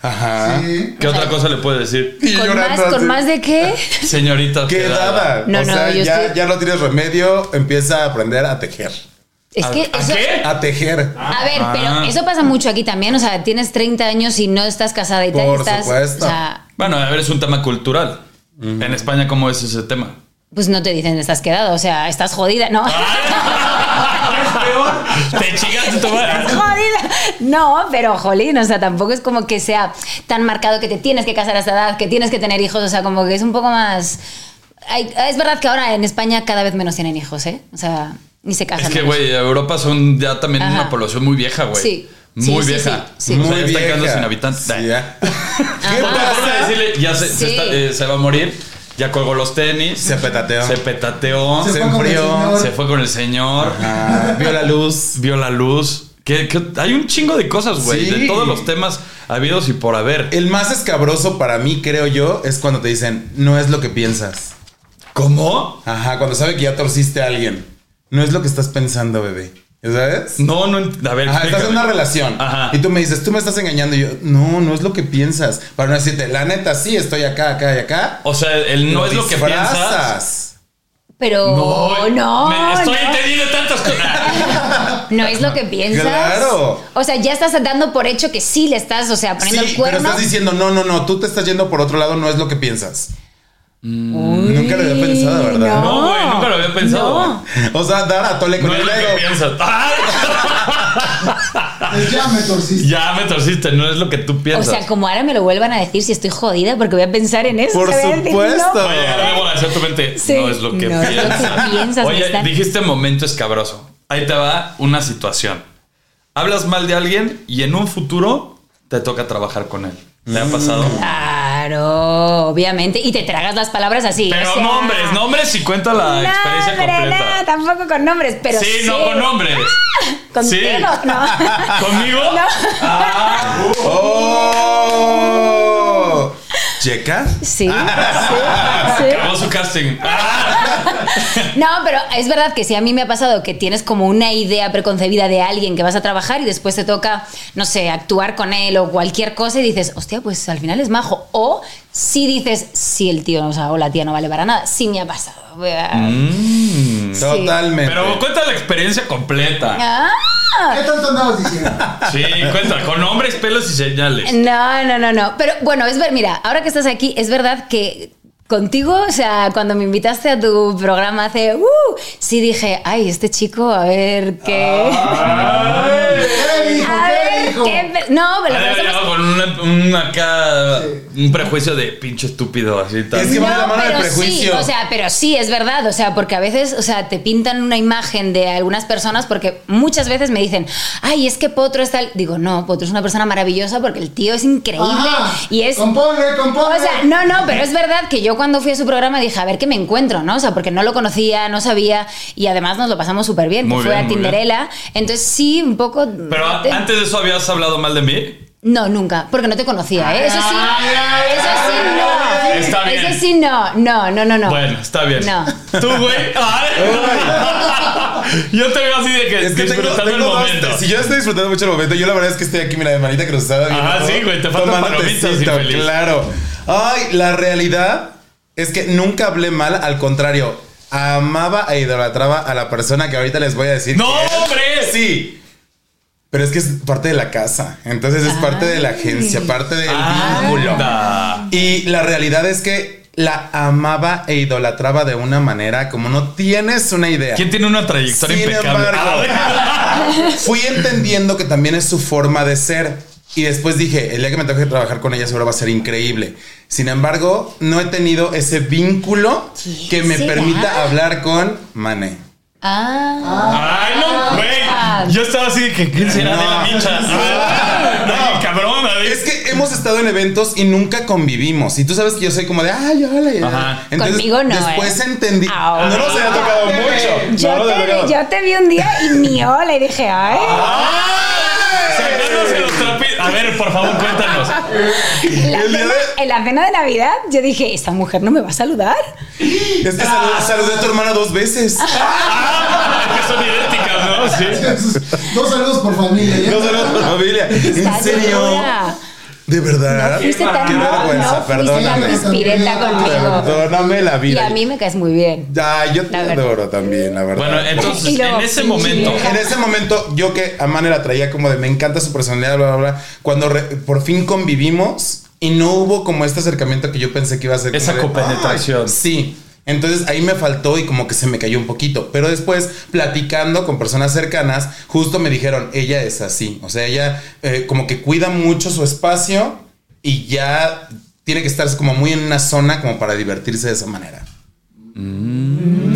[SPEAKER 3] Ajá.
[SPEAKER 4] Sí.
[SPEAKER 2] ¿Qué otra cosa le puede decir?
[SPEAKER 3] Y
[SPEAKER 5] ¿Con
[SPEAKER 3] llorando
[SPEAKER 5] más,
[SPEAKER 3] así.
[SPEAKER 5] ¿Con más de qué?
[SPEAKER 2] Señorita quedada.
[SPEAKER 3] Quedada.
[SPEAKER 5] No,
[SPEAKER 3] o
[SPEAKER 5] no,
[SPEAKER 3] sea,
[SPEAKER 5] yo
[SPEAKER 3] ya,
[SPEAKER 5] estoy-
[SPEAKER 3] ya no tienes remedio, empieza a aprender a tejer.
[SPEAKER 5] Es que
[SPEAKER 2] ¿A
[SPEAKER 5] eso.
[SPEAKER 2] qué?
[SPEAKER 3] A tejer.
[SPEAKER 5] A ver,
[SPEAKER 2] Ah.
[SPEAKER 5] pero eso pasa mucho aquí también. O sea, tienes 30 años y no estás casada y tal.
[SPEAKER 3] Por
[SPEAKER 5] estás,
[SPEAKER 3] supuesto.
[SPEAKER 5] O sea,
[SPEAKER 2] Bueno, a ver, es un tema cultural. En España, ¿cómo es ese tema?
[SPEAKER 5] pues no te dicen estás quedada. O sea, estás jodida, ¿no?
[SPEAKER 2] Te chingaste tu madre.
[SPEAKER 5] Jolín. No, pero jolín, o sea, tampoco es como que sea tan marcado que te tienes que casar a esa edad, que tienes que tener hijos, o sea, como que es un poco más... Ay, es verdad que ahora en España cada vez menos tienen hijos, ¿eh? O sea, ni se casan.
[SPEAKER 2] Es que,
[SPEAKER 5] menos.
[SPEAKER 2] güey, Europa son ya también
[SPEAKER 5] Ajá.
[SPEAKER 2] una población muy vieja, güey.
[SPEAKER 5] Sí.
[SPEAKER 2] Muy
[SPEAKER 5] Sí, sí,
[SPEAKER 2] vieja.
[SPEAKER 5] sí, sí.
[SPEAKER 2] O sea,
[SPEAKER 3] Muy
[SPEAKER 2] ya está
[SPEAKER 3] vieja.
[SPEAKER 2] quedando sin habitantes.
[SPEAKER 3] Sí, ya. ¿Qué
[SPEAKER 5] Ajá.
[SPEAKER 2] Por
[SPEAKER 3] pasa?
[SPEAKER 2] decirle, ya se, se
[SPEAKER 5] Sí.
[SPEAKER 2] está- eh, se va a morir, ya colgó los tenis.
[SPEAKER 3] Se petateó.
[SPEAKER 2] Se petateó.
[SPEAKER 4] Se
[SPEAKER 2] Se,
[SPEAKER 3] Se
[SPEAKER 4] fue con el
[SPEAKER 3] enfrió,
[SPEAKER 4] señor.
[SPEAKER 2] fue con el señor.
[SPEAKER 3] Ah, vio la luz.
[SPEAKER 2] Vio la luz. Que, que hay un chingo de cosas, güey.
[SPEAKER 3] Sí. Eh,
[SPEAKER 2] De todos los temas habidos y por haber.
[SPEAKER 3] El más escabroso para mí, creo yo, es cuando te dicen, no es lo que piensas.
[SPEAKER 2] ¿Cómo?
[SPEAKER 3] Ajá, cuando sabe que ya torciste a alguien. No es lo que estás pensando, bebé. ¿Sabes?
[SPEAKER 2] No, no. ent- A ver,
[SPEAKER 3] Ajá, estás en
[SPEAKER 2] explícame.
[SPEAKER 3] una relación
[SPEAKER 2] Ajá.
[SPEAKER 3] y tú me dices, tú me estás engañando. Y yo, no, no es lo que piensas. Para no decirte, la neta, sí, estoy acá, acá y acá.
[SPEAKER 2] O sea, el no es lo que
[SPEAKER 3] disfrazas.
[SPEAKER 2] piensas.
[SPEAKER 5] Pero no, no,
[SPEAKER 2] Me- estoy entendiendo tantas Ah, cosas.
[SPEAKER 5] No es lo que piensas.
[SPEAKER 3] Claro.
[SPEAKER 5] O sea, ya estás dando por hecho que sí le estás, o sea, poniendo el
[SPEAKER 3] Sí, pero
[SPEAKER 5] cuerno.
[SPEAKER 3] estás diciendo, no, no, no, tú te estás yendo por otro lado, no es lo que piensas.
[SPEAKER 5] Uy,
[SPEAKER 3] Nunca lo había pensado, ¿verdad?
[SPEAKER 2] No, güey, nunca lo había pensado.
[SPEAKER 5] No.
[SPEAKER 3] O sea, dar a tole con
[SPEAKER 2] No es
[SPEAKER 3] el
[SPEAKER 2] lo
[SPEAKER 3] dedo.
[SPEAKER 2] que piensas. ¡Ah!
[SPEAKER 4] Es ya me torciste.
[SPEAKER 2] ya me torciste, no es lo que tú
[SPEAKER 5] O
[SPEAKER 2] piensas.
[SPEAKER 5] sea, como ahora me lo vuelvan a decir si estoy jodida, porque voy a pensar en eso.
[SPEAKER 3] Por
[SPEAKER 5] o sea, voy a decir,
[SPEAKER 3] supuesto.
[SPEAKER 5] no.
[SPEAKER 2] Oye, debo hacer tu mente.
[SPEAKER 5] Sí.
[SPEAKER 2] No es lo que
[SPEAKER 5] No es lo que
[SPEAKER 2] piensas.
[SPEAKER 5] piensas,
[SPEAKER 2] Oye,
[SPEAKER 5] Mestán.
[SPEAKER 2] dijiste momento escabroso. Ahí te va una situación. Hablas mal de alguien y en un futuro te toca trabajar con él. ¿Le ha pasado?
[SPEAKER 5] Mm. Claro, obviamente. Y te tragas las palabras así.
[SPEAKER 2] Pero
[SPEAKER 5] o sea,
[SPEAKER 2] nombres, nombres y cuenta la experiencia
[SPEAKER 5] nombre,
[SPEAKER 2] completa.
[SPEAKER 5] No, tampoco con nombres, pero sí.
[SPEAKER 2] sí, no con nombres.
[SPEAKER 5] Contigo,
[SPEAKER 2] Sí.
[SPEAKER 5] no.
[SPEAKER 2] ¿Conmigo?
[SPEAKER 5] No.
[SPEAKER 2] Ah, uh.
[SPEAKER 3] ¡Oh! ¿Checa?
[SPEAKER 5] Sí, sí, sí.
[SPEAKER 2] Acabó su casting. Ah.
[SPEAKER 5] No, pero es verdad que si a mí me ha pasado que tienes como una idea preconcebida de alguien que vas a trabajar y después te toca, no sé, actuar con él o cualquier cosa y dices, hostia, pues al final es majo. O si dices, sí, el tío, no, o sea, o la tía no vale para nada. Sí me ha pasado.
[SPEAKER 4] Mm.
[SPEAKER 3] Totalmente.
[SPEAKER 2] Pero cuenta la experiencia completa.
[SPEAKER 5] Ah.
[SPEAKER 4] ¿Qué tanto andabas diciendo?
[SPEAKER 2] Sí, cuenta. Con nombres, pelos y señales.
[SPEAKER 5] No, no, no, no. Pero bueno, es ver, mira, ahora que estás aquí, es verdad que contigo, o sea, cuando me invitaste a tu programa hace, uh, sí dije, ay, este chico, a ver qué.
[SPEAKER 4] ¿Qué dijo?
[SPEAKER 5] A
[SPEAKER 4] Ah. ¿Qué
[SPEAKER 5] ver,
[SPEAKER 4] dijo?
[SPEAKER 5] qué pe- No, pero
[SPEAKER 2] Ha de
[SPEAKER 5] lo que
[SPEAKER 2] haber
[SPEAKER 5] pasa
[SPEAKER 2] llegado con una- un acá, un prejuicio de pinche estúpido, así tal.
[SPEAKER 3] Es que- va de la mano del prejuicio.
[SPEAKER 5] Sí, o sea, pero sí, es verdad. O sea, porque a veces, o sea, te pintan una imagen de algunas personas porque muchas veces me dicen, ay, es que Potro es tal. Digo, no, Potro es una persona maravillosa porque el tío es increíble
[SPEAKER 4] Ajá.
[SPEAKER 5] y es.
[SPEAKER 4] Componle, componle.
[SPEAKER 5] O sea, no, no, pero es verdad que yo cuando fui a su programa dije, a ver qué me encuentro, ¿no? O sea, porque no lo conocía, no sabía y además nos lo pasamos súper bien, que
[SPEAKER 2] Muy
[SPEAKER 5] fue
[SPEAKER 2] bien,
[SPEAKER 5] a
[SPEAKER 2] muy bien.
[SPEAKER 5] Tinderela. Entonces sí, un poco...
[SPEAKER 2] Pero a-
[SPEAKER 5] te-
[SPEAKER 2] antes de eso habías hablado mal de mí.
[SPEAKER 5] no, nunca, porque no te conocía, ¿eh? Eso sí, eso sí, no.
[SPEAKER 2] Está bien.
[SPEAKER 5] Eso sí, no, no, no, no, no.
[SPEAKER 2] Bueno, está bien.
[SPEAKER 5] No.
[SPEAKER 2] Tú, güey. Ay. Yo te veo así de que
[SPEAKER 3] Es que tengo,
[SPEAKER 2] disfrutando
[SPEAKER 3] tengo
[SPEAKER 2] el
[SPEAKER 3] dos-
[SPEAKER 2] momento.
[SPEAKER 3] Si yo estoy disfrutando mucho el momento, yo la verdad es que estoy aquí, mira, de manita cruzada.
[SPEAKER 2] Ajá,
[SPEAKER 3] viendo
[SPEAKER 2] sí,
[SPEAKER 3] todo,
[SPEAKER 2] güey, te faltan
[SPEAKER 3] tomando
[SPEAKER 2] palomitas,
[SPEAKER 3] tecito,
[SPEAKER 2] infeliz.
[SPEAKER 3] Claro. Ay, la realidad es que nunca hablé mal, al contrario. Amaba e idolatraba a la persona que ahorita les voy a decir.
[SPEAKER 2] ¡No,
[SPEAKER 3] que es.
[SPEAKER 2] hombre!
[SPEAKER 3] Sí. Pero es que es parte de la casa. Entonces es parte de la agencia, parte del
[SPEAKER 5] Ah.
[SPEAKER 3] vínculo.
[SPEAKER 2] Ah, Anda.
[SPEAKER 3] Y la realidad es que la amaba e idolatraba de una manera como no tienes una idea.
[SPEAKER 2] ¿Quién tiene una trayectoria
[SPEAKER 3] Sin
[SPEAKER 2] impecable? Ah,
[SPEAKER 3] embargo. Fui entendiendo que también es su forma de ser. Y después dije, el día que me toque trabajar con ella seguro va a ser increíble. Sin embargo, no he tenido ese vínculo
[SPEAKER 5] ¿Quién
[SPEAKER 3] que me
[SPEAKER 5] será?
[SPEAKER 3] permita hablar con Mane.
[SPEAKER 5] Ah,
[SPEAKER 2] Ay, no, güey. Yo estaba así de que quién será de la
[SPEAKER 3] No.
[SPEAKER 2] micha. Ay,
[SPEAKER 3] No.
[SPEAKER 2] qué cabrón, a ver.
[SPEAKER 3] Es que hemos estado en eventos y nunca convivimos. Y tú sabes que yo soy como de, ay, hola. ya".
[SPEAKER 2] Ajá.
[SPEAKER 5] Conmigo no,
[SPEAKER 3] Después
[SPEAKER 5] ¿eh?
[SPEAKER 3] entendí.
[SPEAKER 5] Ahora.
[SPEAKER 3] No nos había tocado mucho.
[SPEAKER 5] Ah. yo,
[SPEAKER 3] No nos había
[SPEAKER 5] te,
[SPEAKER 3] tocado.
[SPEAKER 5] yo te vi un día y ni hola y dije, ay.
[SPEAKER 3] Ah,
[SPEAKER 2] Ay, Ah. sacándose los trapitos. A ver, por favor, cuéntanos.
[SPEAKER 5] En la,
[SPEAKER 3] el día
[SPEAKER 5] cena,
[SPEAKER 3] de-
[SPEAKER 5] en la cena de Navidad yo dije, esta mujer no me va a saludar.
[SPEAKER 3] Es que saludé, saludé a tu hermana dos veces.
[SPEAKER 2] Ah, que son idénticas, ¿no? Sí.
[SPEAKER 4] Dos saludos por familia. ¿ya?
[SPEAKER 3] Dos saludos a tu familia.
[SPEAKER 5] Está
[SPEAKER 3] ¿En serio?
[SPEAKER 5] dura.
[SPEAKER 3] De verdad.
[SPEAKER 5] Fuiste tan
[SPEAKER 3] Qué
[SPEAKER 5] no,
[SPEAKER 3] vergüenza,
[SPEAKER 5] no, fuiste tan
[SPEAKER 3] perdóname.
[SPEAKER 5] pispireta conmigo.
[SPEAKER 3] Perdóname la
[SPEAKER 5] Y
[SPEAKER 3] vida.
[SPEAKER 5] a mí me caes muy bien.
[SPEAKER 3] Ya, yo te
[SPEAKER 5] La verdad.
[SPEAKER 3] adoro también, la verdad.
[SPEAKER 2] Bueno, entonces,
[SPEAKER 5] Y luego,
[SPEAKER 2] en ese
[SPEAKER 5] sí,
[SPEAKER 2] momento.
[SPEAKER 5] sí.
[SPEAKER 3] en ese momento, yo que a Mane la traía como de me encanta su personalidad, bla, bla, bla. Cuando re- por fin convivimos y no hubo como este acercamiento que yo pensé que iba a ser.
[SPEAKER 2] Esa
[SPEAKER 3] como de,
[SPEAKER 2] copenetración.
[SPEAKER 3] "Ay". Sí. Entonces ahí me faltó y como que se me cayó un poquito. Pero después, platicando con personas cercanas, justo me dijeron, ella es así. O sea, ella eh, como que cuida mucho su espacio y ya tiene que estar como muy en una zona como para divertirse de esa manera.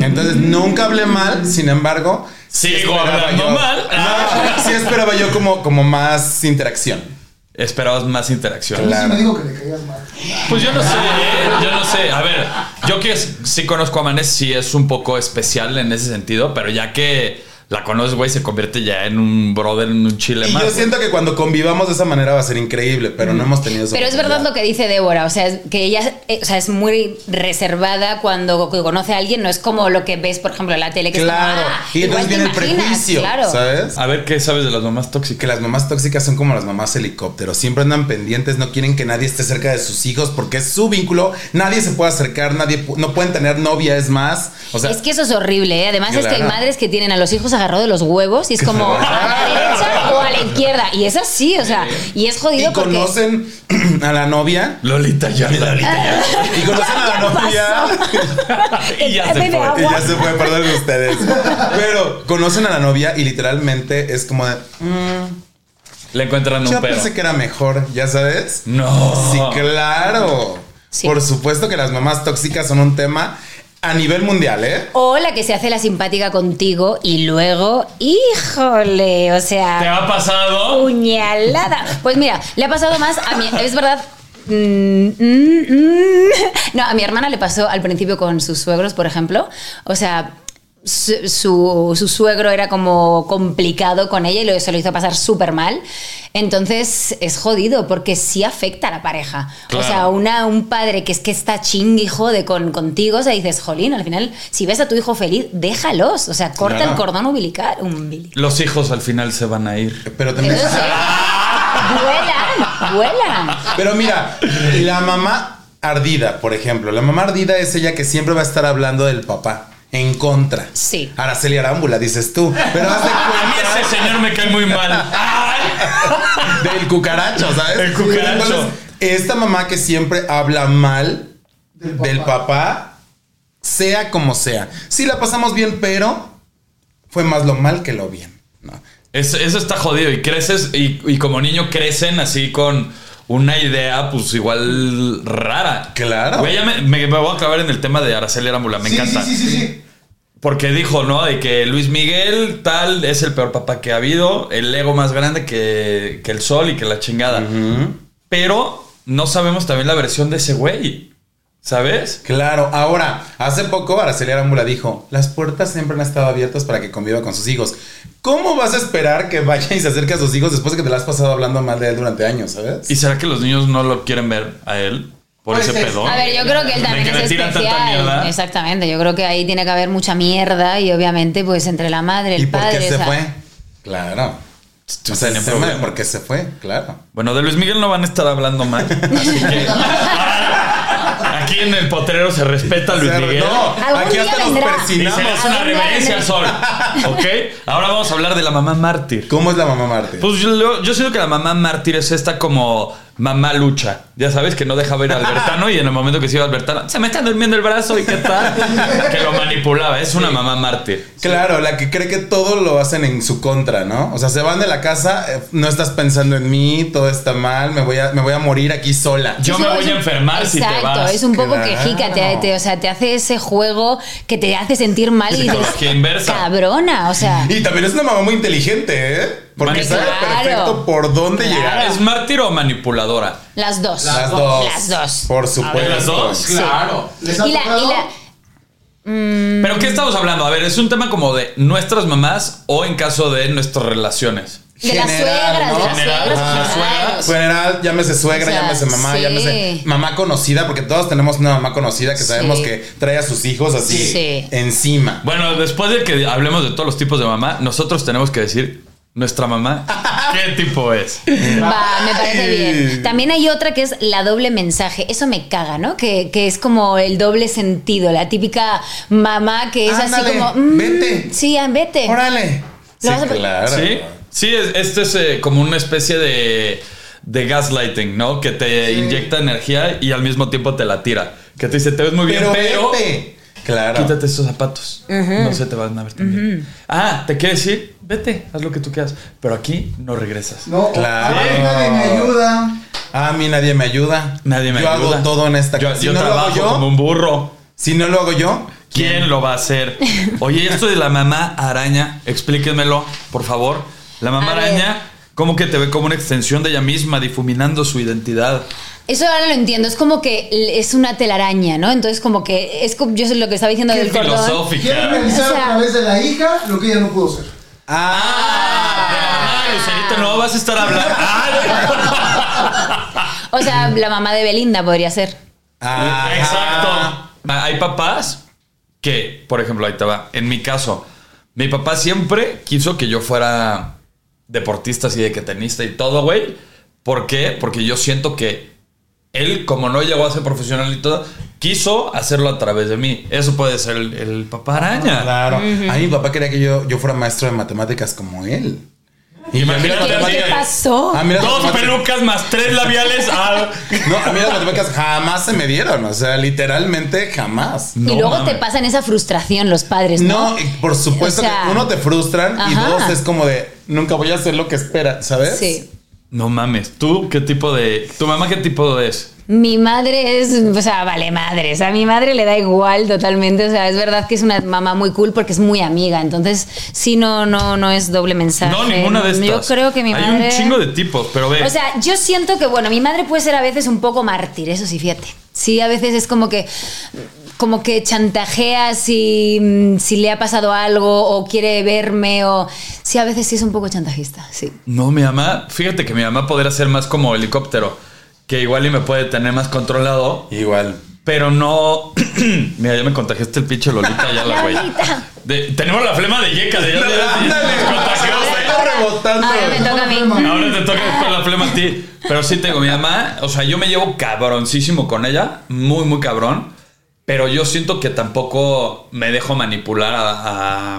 [SPEAKER 3] Entonces nunca hablé mal, sin embargo. sí
[SPEAKER 2] Sigo
[SPEAKER 3] esperaba
[SPEAKER 2] hablando
[SPEAKER 3] yo-
[SPEAKER 2] mal.
[SPEAKER 3] No, sí esperaba yo como, como más interacción.
[SPEAKER 2] Esperabas más interacción.
[SPEAKER 4] A mí sí me dijo que le caías mal.
[SPEAKER 2] Pues yo no sé, ¿eh? yo no sé. A ver, yo que s- sí conozco a Manes, sí es un poco especial en ese sentido, pero ya que la conoces, güey, se convierte ya en un brother, en un chile
[SPEAKER 3] Y
[SPEAKER 2] más.
[SPEAKER 3] yo
[SPEAKER 2] güey.
[SPEAKER 3] siento que cuando convivamos de esa manera va a ser increíble, pero no hemos tenido esa
[SPEAKER 5] Pero es verdad
[SPEAKER 3] oportunidad.
[SPEAKER 5] lo que dice Débora, o sea, es que ella eh, o sea, es muy reservada cuando co- conoce a alguien, no es como lo que ves, por ejemplo, en la tele que es
[SPEAKER 3] Claro.
[SPEAKER 5] como, ah,
[SPEAKER 3] y entonces
[SPEAKER 5] igual
[SPEAKER 3] viene el
[SPEAKER 5] te imaginas,
[SPEAKER 3] prejuicio,
[SPEAKER 5] claro.
[SPEAKER 3] ¿sabes?
[SPEAKER 2] A ver, ¿qué sabes de las mamás tóxicas?
[SPEAKER 3] Que las mamás tóxicas son como las mamás helicóptero, siempre andan pendientes, no quieren que nadie esté cerca de sus hijos porque es su vínculo, nadie se puede acercar, nadie pu- no pueden tener novia, es más. O sea,
[SPEAKER 5] es que eso es horrible, ¿eh? además es que hay
[SPEAKER 3] Claro.
[SPEAKER 5] madres que tienen a los hijos agarrados de los huevos y es como a la derecha o a la izquierda y es así, o sea, y es
[SPEAKER 3] y
[SPEAKER 5] jodido porque
[SPEAKER 3] conocen a la novia.
[SPEAKER 2] Lolita ya, Lolita
[SPEAKER 3] Y conocen a la novia.
[SPEAKER 2] ya. y ya se
[SPEAKER 5] Bebe
[SPEAKER 2] fue.
[SPEAKER 5] agua.
[SPEAKER 3] Y ya se fue, perdón ustedes. Pero conocen a la novia y literalmente es como de.
[SPEAKER 2] Le encuentran
[SPEAKER 3] Yo
[SPEAKER 2] un perro.
[SPEAKER 3] pensé que era mejor, ¿ya sabes?
[SPEAKER 2] No.
[SPEAKER 3] Sí, claro.
[SPEAKER 5] Sí.
[SPEAKER 3] Por supuesto que las mamás tóxicas son un tema a nivel mundial, ¿eh?
[SPEAKER 5] o la que se hace la simpática contigo y luego, híjole, o sea,
[SPEAKER 2] ¿Te ha pasado?
[SPEAKER 5] puñalada. Pues mira, le ha pasado más a mi. Es verdad. mm, mm, mm. No, a mi hermana le pasó al principio con sus suegros, por ejemplo. O sea. Su, su- su suegro era como complicado con ella y lo- se lo hizo pasar súper mal. Entonces es jodido porque sí afecta a la pareja. O
[SPEAKER 2] Claro.
[SPEAKER 5] sea, una, un padre que es que está chingue y jode con, contigo, o sea, dices, jolín, al final, si ves a tu hijo feliz, déjalos. O sea, corta
[SPEAKER 3] Claro.
[SPEAKER 5] el cordón umbilical. umbilical.
[SPEAKER 2] Los hijos al final se van a ir.
[SPEAKER 3] Pero también.
[SPEAKER 5] Eso sí. Vuelan, vuelan.
[SPEAKER 3] Pero mira, la mamá ardida, por ejemplo. La mamá ardida es ella que siempre va a estar hablando del papá. En contra.
[SPEAKER 5] Sí.
[SPEAKER 3] Araceli Arámbula, dices tú. Pero haz de
[SPEAKER 2] A mí ese señor me cae muy mal. Ay.
[SPEAKER 3] cuenta del cucaracho, ¿sabes?
[SPEAKER 2] El cucaracho.
[SPEAKER 3] Entonces, esta mamá que siempre habla mal
[SPEAKER 4] Del
[SPEAKER 3] del
[SPEAKER 4] papá.
[SPEAKER 3] papá, sea como sea. Sí la pasamos bien, pero fue más lo mal que lo bien. ¿no?
[SPEAKER 2] Es- eso está jodido y creces y, y como niño crecen así con una idea pues igual rara.
[SPEAKER 3] Claro.
[SPEAKER 2] Güey, ya me, me- me voy a clavar en el tema de Araceli Arámbula, me
[SPEAKER 4] Sí,
[SPEAKER 2] encanta.
[SPEAKER 4] Sí, sí, sí, sí.
[SPEAKER 2] Porque dijo, ¿no? De que Luis Miguel tal es el peor papá que ha habido, el ego más grande que, que el sol y que la chingada. Pero no sabemos también la versión de ese güey, ¿sabes?
[SPEAKER 3] Claro, ahora, hace poco Araceli Arámbula dijo, las puertas siempre han estado abiertas para que conviva con sus hijos. ¿Cómo vas a esperar que vaya y se acerque a sus hijos después de que te la has pasado hablando mal de él durante años, sabes?
[SPEAKER 2] ¿Y será que los niños no lo quieren ver a él por
[SPEAKER 4] Pues
[SPEAKER 2] ese
[SPEAKER 4] es-
[SPEAKER 2] pedo?
[SPEAKER 5] A ver, yo creo que él
[SPEAKER 2] De
[SPEAKER 5] también
[SPEAKER 2] que le
[SPEAKER 5] es
[SPEAKER 2] tiran tanta
[SPEAKER 5] especial.
[SPEAKER 2] mierda.
[SPEAKER 5] Exactamente, yo creo que ahí tiene que haber mucha mierda y obviamente pues entre la madre, el
[SPEAKER 3] ¿Y por
[SPEAKER 5] padre.
[SPEAKER 3] qué se
[SPEAKER 5] o sea,
[SPEAKER 3] fue? Claro. O sea, el
[SPEAKER 2] Tenía
[SPEAKER 3] tema de
[SPEAKER 2] problema.
[SPEAKER 3] por qué se fue, claro.
[SPEAKER 2] Bueno, de Luis Miguel no van a estar hablando mal. Así que, aquí en el potrero se respeta a Luis
[SPEAKER 3] O sea,
[SPEAKER 2] Miguel.
[SPEAKER 3] No,
[SPEAKER 5] Algún
[SPEAKER 3] aquí
[SPEAKER 5] día
[SPEAKER 3] hasta
[SPEAKER 5] vendrá.
[SPEAKER 3] nos
[SPEAKER 2] Y se le
[SPEAKER 3] persinamos.
[SPEAKER 2] hace una
[SPEAKER 5] Algún día
[SPEAKER 2] reverencia al
[SPEAKER 5] vendrá.
[SPEAKER 2] sol. ¿Ok? Ahora vamos a hablar de la mamá mártir.
[SPEAKER 3] ¿Cómo es la mamá Marte?
[SPEAKER 2] Pues yo, yo siento que la mamá mártir es esta como mamá lucha. Ya sabes que no dejaba ir a Albertano y en el momento que se iba a Albertano, se me está durmiendo el brazo y qué tal. Que lo manipulaba. Es una mamá mártir.
[SPEAKER 3] Claro, la que cree que todo lo hacen en su contra, ¿no? O sea, se van de la casa, eh, no estás pensando en mí, todo está mal, me voy a, me voy a morir aquí sola.
[SPEAKER 2] Yo
[SPEAKER 5] es
[SPEAKER 2] me
[SPEAKER 5] un-
[SPEAKER 2] voy
[SPEAKER 5] es
[SPEAKER 2] a
[SPEAKER 5] un-
[SPEAKER 2] enfermar si te
[SPEAKER 5] Exacto,
[SPEAKER 2] vas.
[SPEAKER 5] es un poco
[SPEAKER 3] Claro.
[SPEAKER 5] quejica, te, te- o sea, te hace ese juego que te hace sentir mal y dices,
[SPEAKER 2] Psicología inversa.
[SPEAKER 5] cabrona, o sea,
[SPEAKER 3] Y también es una mamá muy inteligente, ¿eh? Porque
[SPEAKER 2] Bueno,
[SPEAKER 3] sabe
[SPEAKER 5] claro.
[SPEAKER 3] perfecto por dónde
[SPEAKER 5] Claro.
[SPEAKER 3] llegar.
[SPEAKER 2] ¿Es mártir o manipuladora?
[SPEAKER 5] las dos.
[SPEAKER 3] Las dos.
[SPEAKER 5] Las dos.
[SPEAKER 3] Por supuesto.
[SPEAKER 2] ¿Las dos?
[SPEAKER 3] Claro.
[SPEAKER 4] ¿Les ha
[SPEAKER 5] Y la- y
[SPEAKER 4] tocado?
[SPEAKER 5] la-
[SPEAKER 2] ¿Pero qué estamos hablando? A ver, es un tema como de nuestras mamás o en caso de nuestras relaciones.
[SPEAKER 5] De las
[SPEAKER 3] General,
[SPEAKER 5] suegras,
[SPEAKER 3] ¿no?
[SPEAKER 5] de las
[SPEAKER 2] General,
[SPEAKER 5] suegras.
[SPEAKER 2] la suegra,
[SPEAKER 5] claro.
[SPEAKER 3] General, llámese suegra,
[SPEAKER 5] O sea,
[SPEAKER 3] llámese mamá,
[SPEAKER 5] sí.
[SPEAKER 3] llámese mamá conocida, porque todos tenemos una mamá conocida que sabemos
[SPEAKER 5] Sí.
[SPEAKER 3] que trae a sus hijos así
[SPEAKER 5] Sí.
[SPEAKER 3] encima.
[SPEAKER 2] Bueno, después de que hablemos de todos los tipos de mamá, nosotros tenemos que decir nuestra mamá qué tipo es.
[SPEAKER 5] Va, me parece bien. También hay otra que es la doble mensaje. Eso me caga, ¿no? Que, que es como el doble sentido, la típica mamá que es
[SPEAKER 3] Ándale,
[SPEAKER 5] así como. mm,
[SPEAKER 3] vete.
[SPEAKER 5] Sí, ah, vete.
[SPEAKER 3] Órale. Sí,
[SPEAKER 5] Lo vas a-
[SPEAKER 3] claro.
[SPEAKER 2] ¿Sí? Sí, es- esto es eh, como una especie de, de gaslighting, ¿no? Que te inyecta energía y al mismo tiempo te la tira. Que te dice, te ves muy bien,
[SPEAKER 3] Pero
[SPEAKER 2] pero...
[SPEAKER 3] vete. Claro.
[SPEAKER 2] Quítate esos zapatos. No se te van a ver tan bien. Ah, ¿te quiere decir? Vete, haz lo que tú quieras. Pero aquí no regresas.
[SPEAKER 4] No,
[SPEAKER 3] Claro.
[SPEAKER 4] a mí nadie me ayuda.
[SPEAKER 3] Ah, A mí nadie me ayuda.
[SPEAKER 2] Nadie me
[SPEAKER 3] yo
[SPEAKER 2] ayuda.
[SPEAKER 3] hago todo en esta
[SPEAKER 2] Yo,
[SPEAKER 3] casa. Si
[SPEAKER 2] yo
[SPEAKER 3] no lo
[SPEAKER 2] trabajo
[SPEAKER 3] hago yo,
[SPEAKER 2] como un burro.
[SPEAKER 3] si no lo hago yo,
[SPEAKER 2] ¿Quién lo va a hacer? Oye, esto de la mamá araña, explíquenmelo, por favor. La mamá
[SPEAKER 5] A ver.
[SPEAKER 2] araña, ¿cómo que te ve como una extensión de ella misma, difuminando su identidad?
[SPEAKER 5] Eso ahora lo entiendo, es como que l- es una telaraña, ¿no? Entonces como que es como yo sé lo que estaba diciendo
[SPEAKER 2] Qué
[SPEAKER 5] del cordón.
[SPEAKER 4] Quieren
[SPEAKER 2] filosófica.
[SPEAKER 4] realizar
[SPEAKER 5] O sea-
[SPEAKER 4] a través de la hija lo que ella no pudo hacer.
[SPEAKER 2] Ah, Lucerito, no vas a estar hablando. Ah,
[SPEAKER 5] O sea, la mamá de Belinda podría ser.
[SPEAKER 3] Ah,
[SPEAKER 2] Exacto. Ah, Hay papás que, por ejemplo, ahí te va. En mi caso, mi papá siempre quiso que yo fuera deportista, así de que tenista y todo, güey. ¿Por qué? Porque yo siento que él, como no llegó a ser profesional y todo, quiso hacerlo a través de mí. Eso puede ser el, el papá araña.
[SPEAKER 3] Ah, Claro. A mí mi papá quería que yo, yo fuera maestro de matemáticas como él. Y yo,
[SPEAKER 2] Imagínate,
[SPEAKER 3] mira,
[SPEAKER 5] ¿Qué,
[SPEAKER 2] Claro.
[SPEAKER 5] qué
[SPEAKER 3] matemáticas-
[SPEAKER 5] pasó?
[SPEAKER 3] Ah, mira,
[SPEAKER 2] Dos
[SPEAKER 3] matemáticas-
[SPEAKER 2] pelucas más tres labiales. ah.
[SPEAKER 3] No, a mí las matemáticas jamás se me dieron. O sea, literalmente jamás.
[SPEAKER 5] y
[SPEAKER 2] No
[SPEAKER 5] luego
[SPEAKER 2] mames.
[SPEAKER 5] te pasan esa frustración los padres, ¿no?
[SPEAKER 3] No, y por supuesto
[SPEAKER 5] O sea,
[SPEAKER 3] que uno te frustran y
[SPEAKER 5] ajá.
[SPEAKER 3] dos es como de nunca voy a hacer lo que espera, ¿sabes?
[SPEAKER 5] Sí.
[SPEAKER 2] No mames. ¿Tú qué tipo de. ¿Tu mamá qué tipo es?
[SPEAKER 5] Mi madre es, o sea, vale madres. A mi madre le da igual totalmente. O sea, es verdad que es una mamá muy cool porque es muy amiga. Entonces, sí, no, no, no es doble mensaje.
[SPEAKER 2] No, ninguna de estas.
[SPEAKER 5] Yo creo que mi
[SPEAKER 2] Hay
[SPEAKER 5] madre.
[SPEAKER 2] un chingo de tipos, pero ve.
[SPEAKER 5] O sea, yo siento que, bueno, mi madre puede ser a veces un poco mártir, eso sí, fíjate. Sí, a veces es como que como que chantajea si, mm, si le ha pasado algo o quiere verme o... Sí, a veces sí es un poco chantajista, sí.
[SPEAKER 2] No, mi mamá, fíjate que mi mamá podría ser más como helicóptero, que igual y me puede tener más controlado,
[SPEAKER 3] Igual.
[SPEAKER 2] pero no. Mira, ya me contagiaste el pinche Lolita ya la güey.
[SPEAKER 5] Lolita.
[SPEAKER 2] De- Tenemos la flema de Yecas de ya- ya- ya-
[SPEAKER 3] Ándale,
[SPEAKER 2] nos contagió,
[SPEAKER 3] se
[SPEAKER 2] güey.
[SPEAKER 3] está rebotando.
[SPEAKER 5] Ahora me toca a mí.
[SPEAKER 2] Ahora te toca con la flema a ti. Pero sí tengo mi mamá, o sea, yo me llevo cabroncísimo con ella, muy, muy cabrón, pero yo siento que tampoco me dejo manipular a. a,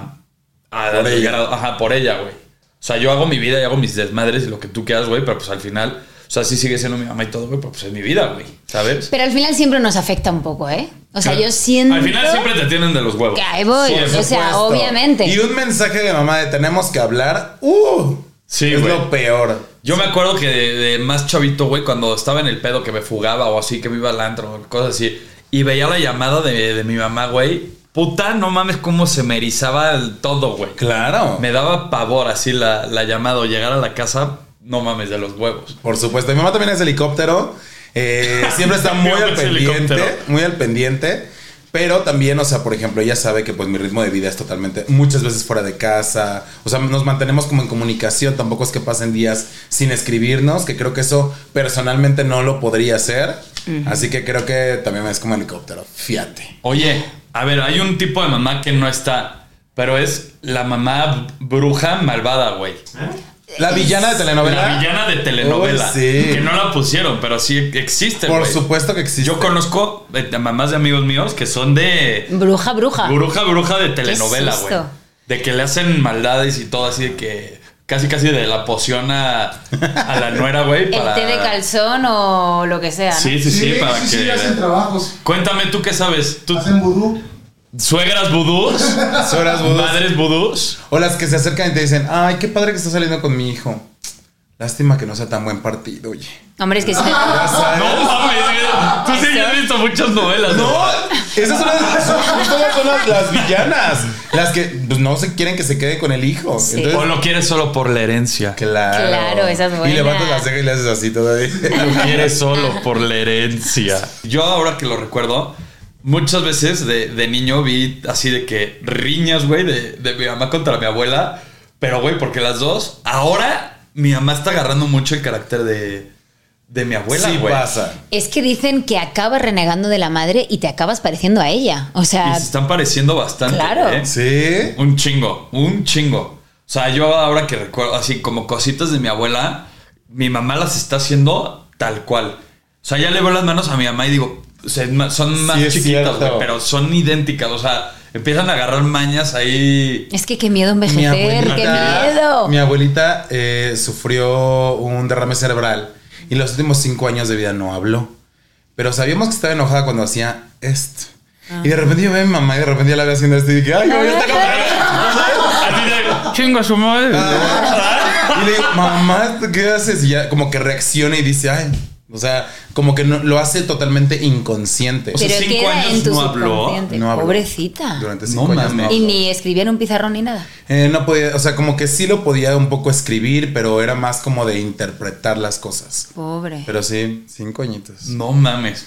[SPEAKER 2] a-
[SPEAKER 3] Por ella.
[SPEAKER 2] a- ajá, por ella, güey. O sea, yo hago mi vida y hago mis desmadres y lo que tú quieras, güey, pero pues al final, o sea, sí sigue siendo mi mamá y todo, güey, pero pues es mi vida, güey, ¿sabes?
[SPEAKER 5] Pero al final siempre nos afecta un poco, ¿eh? O sea, yo siento...
[SPEAKER 2] Al final siempre te tienen de los huevos.
[SPEAKER 5] Que ahí voy,
[SPEAKER 2] Sí,
[SPEAKER 5] o sea,
[SPEAKER 3] Puesto.
[SPEAKER 5] obviamente.
[SPEAKER 3] Y un mensaje de mamá de tenemos que hablar. ¡Uh!
[SPEAKER 2] Sí,
[SPEAKER 3] es
[SPEAKER 2] güey.
[SPEAKER 3] lo peor.
[SPEAKER 2] Yo me acuerdo que de, de más chavito, güey, cuando estaba en el pedo que me fugaba o así, que me iba al antro, cosas así, y veía la llamada de, de mi mamá, güey, puta, no mames cómo se me erizaba el todo, güey.
[SPEAKER 3] Claro.
[SPEAKER 2] Me daba pavor así la, la llamada o llegar a la casa, no mames, de los huevos.
[SPEAKER 3] Por supuesto. Mi mamá también es helicóptero. eh, siempre está
[SPEAKER 2] Mi
[SPEAKER 3] muy
[SPEAKER 2] mamá
[SPEAKER 3] al
[SPEAKER 2] es
[SPEAKER 3] pendiente.
[SPEAKER 2] helicóptero.
[SPEAKER 3] Muy al pendiente. Pero también, o sea, por ejemplo, ella sabe que pues mi ritmo de vida es totalmente, muchas veces fuera de casa. O sea, nos mantenemos como en comunicación. Tampoco es que pasen días sin escribirnos, que creo que eso personalmente no lo podría hacer. Así que creo que también es como helicóptero. Fíjate.
[SPEAKER 2] Oye, a ver, hay un tipo de mamá que no está, pero es la mamá bruja malvada, güey.
[SPEAKER 3] La villana de telenovela.
[SPEAKER 2] La villana de telenovela.
[SPEAKER 3] Uy, sí.
[SPEAKER 2] Que no la pusieron, pero sí existe,
[SPEAKER 3] Por
[SPEAKER 2] güey.
[SPEAKER 3] supuesto que existe.
[SPEAKER 2] Yo conozco eh, a mamás de amigos míos que son de
[SPEAKER 5] Bruja, bruja.
[SPEAKER 2] bruja, bruja de telenovela, güey.
[SPEAKER 5] Ah. susto.
[SPEAKER 2] De que le hacen maldades y todo así de que casi casi de la poción a, a la nuera, güey.
[SPEAKER 5] El
[SPEAKER 2] para-
[SPEAKER 5] té de calzón o lo que sea, ¿no?
[SPEAKER 2] Sí, sí, sí, para
[SPEAKER 4] sí,
[SPEAKER 2] que.
[SPEAKER 4] hacen trabajos.
[SPEAKER 2] Cuéntame tú qué sabes. ¿Tú,
[SPEAKER 4] Hacen vudú.
[SPEAKER 2] ¿Suegras vudús?
[SPEAKER 3] Suegras vudús.
[SPEAKER 2] ¿Madres vudús?
[SPEAKER 3] O las que se acercan y te dicen, ay, qué padre que está saliendo con mi hijo. Lástima que no sea tan buen partido, oye.
[SPEAKER 5] Hombre, es que sí.
[SPEAKER 3] Ya sabes.
[SPEAKER 2] No mames, güey. tú sí has visto muchas novelas.
[SPEAKER 3] No, esas son las, son- ustedes son las, las villanas. Las que pues, no se quieren que se quede con el hijo.
[SPEAKER 5] Sí.
[SPEAKER 2] O
[SPEAKER 3] Entonces,
[SPEAKER 2] lo quieres solo por la herencia.
[SPEAKER 3] claro.
[SPEAKER 5] Claro, esa es buena.
[SPEAKER 3] Y levantas la ceja y le haces así todavía.
[SPEAKER 2] lo quiere solo por la herencia. Yo ahora que lo recuerdo, muchas veces de, de niño vi así de que riñas, güey, de, de mi mamá contra mi abuela. Pero, güey, porque las dos, ahora mi mamá está agarrando mucho el carácter de, de mi abuela,
[SPEAKER 3] Sí
[SPEAKER 2] güey.
[SPEAKER 3] pasa.
[SPEAKER 5] Es que dicen que acabas renegando de la madre y te acabas pareciendo a ella. O
[SPEAKER 2] Y
[SPEAKER 5] sea,
[SPEAKER 2] se están pareciendo bastante.
[SPEAKER 5] Claro.
[SPEAKER 2] ¿eh?
[SPEAKER 3] Sí.
[SPEAKER 2] Un chingo, un chingo. O sea, yo ahora que recuerdo, así como cositas de mi abuela, mi mamá las está haciendo tal cual. O sea, ya le veo las manos a mi mamá y digo, o sea, es ma- son más
[SPEAKER 3] Sí, es
[SPEAKER 2] chiquitas,
[SPEAKER 3] cierto.
[SPEAKER 2] güey, pero son idénticas. O sea, empiezan a agarrar mañas ahí.
[SPEAKER 5] es que qué miedo envejecer, qué miedo.
[SPEAKER 3] mi abuelita, eh, sufrió un derrame cerebral y los últimos cinco años de vida no habló. Pero sabíamos que estaba enojada cuando hacía esto.
[SPEAKER 5] Ah.
[SPEAKER 3] Y de repente yo veo a mi mamá y de repente yo la veo haciendo esto y dije, ay, no, ya está
[SPEAKER 2] Así de, chingo a su madre.
[SPEAKER 3] Ah. Y le digo, mamá, ¿qué haces? Y ya como que reacciona y dice, ay, o sea, como que no- lo hace totalmente inconsciente.
[SPEAKER 2] O sea,
[SPEAKER 5] Pero
[SPEAKER 2] cinco
[SPEAKER 5] queda
[SPEAKER 2] años
[SPEAKER 5] en tu
[SPEAKER 2] no habló,
[SPEAKER 5] subconsciente.
[SPEAKER 3] no habló.
[SPEAKER 5] Pobrecita.
[SPEAKER 3] Durante
[SPEAKER 2] No
[SPEAKER 3] cinco años no
[SPEAKER 2] mames.
[SPEAKER 5] Y
[SPEAKER 3] habló.
[SPEAKER 5] ni escribía en un pizarrón ni nada.
[SPEAKER 3] Eh, no podía, o sea, como que sí lo podía un poco escribir, pero era más como de interpretar las cosas.
[SPEAKER 5] Pobre.
[SPEAKER 3] Pero sí, cinco añitos.
[SPEAKER 2] No mames.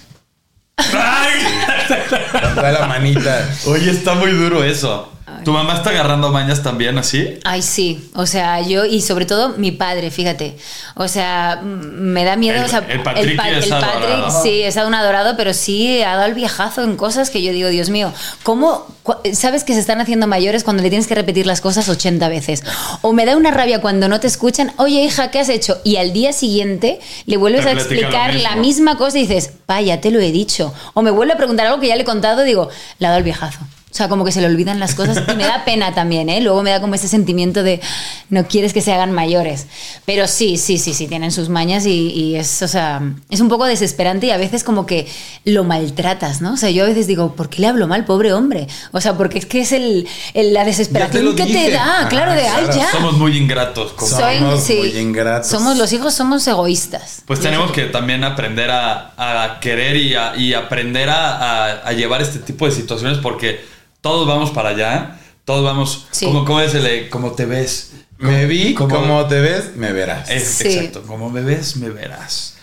[SPEAKER 3] Toda la manita.
[SPEAKER 2] Oye, está muy duro eso. ¿Tu mamá está agarrando mañas también así?
[SPEAKER 5] Ay, sí. O sea, yo, y sobre todo mi padre, fíjate. O sea, mm, me da miedo.
[SPEAKER 2] El-
[SPEAKER 5] o sea,
[SPEAKER 2] el Patrick
[SPEAKER 5] pa-
[SPEAKER 2] es
[SPEAKER 5] el Patrick,
[SPEAKER 2] adorado.
[SPEAKER 5] sí, es un adorado, pero sí ha dado el viejazo en cosas que yo digo, Dios mío, ¿cómo cu- sabes que se están haciendo mayores cuando le tienes que repetir las cosas 80 veces? O me da una rabia cuando no te escuchan, oye, hija, ¿qué has hecho? Y al día siguiente le vuelves
[SPEAKER 2] Te
[SPEAKER 5] a
[SPEAKER 2] platica lo
[SPEAKER 5] explicar la
[SPEAKER 2] mismo.
[SPEAKER 5] misma cosa y dices, pa, ya te lo he dicho. O me vuelve a preguntar algo que ya le he contado y digo, le ha dado el viejazo. O sea, como que se le olvidan las cosas y me da pena también, ¿eh? Luego me da como ese sentimiento de no quieres que se hagan mayores. Pero sí, sí, sí, sí, tienen sus mañas y, y es, o sea, es un poco desesperante y a veces como que lo maltratas, ¿no? O sea, yo a veces digo, ¿por qué le hablo mal, pobre hombre? O sea, porque es que es el, el- la desesperación
[SPEAKER 3] lo
[SPEAKER 5] que
[SPEAKER 3] dije.
[SPEAKER 5] te da,
[SPEAKER 3] Ah,
[SPEAKER 5] claro, de, ay,
[SPEAKER 3] claro,
[SPEAKER 5] ya.
[SPEAKER 2] Somos muy ingratos. como-
[SPEAKER 3] Soy- Somos muy ingratos.
[SPEAKER 5] Somos los hijos, somos egoístas.
[SPEAKER 2] Pues tenemos que también aprender a, a querer y, a- y aprender a, a- a llevar este tipo de situaciones porque todos vamos para allá, todos vamos,
[SPEAKER 5] Sí.
[SPEAKER 2] como, ¿cómo es el, como te ves?
[SPEAKER 3] Me vi,
[SPEAKER 2] como-
[SPEAKER 3] como te ves, me verás.
[SPEAKER 2] Es-
[SPEAKER 5] Sí.
[SPEAKER 2] Exacto, como me ves, me verás.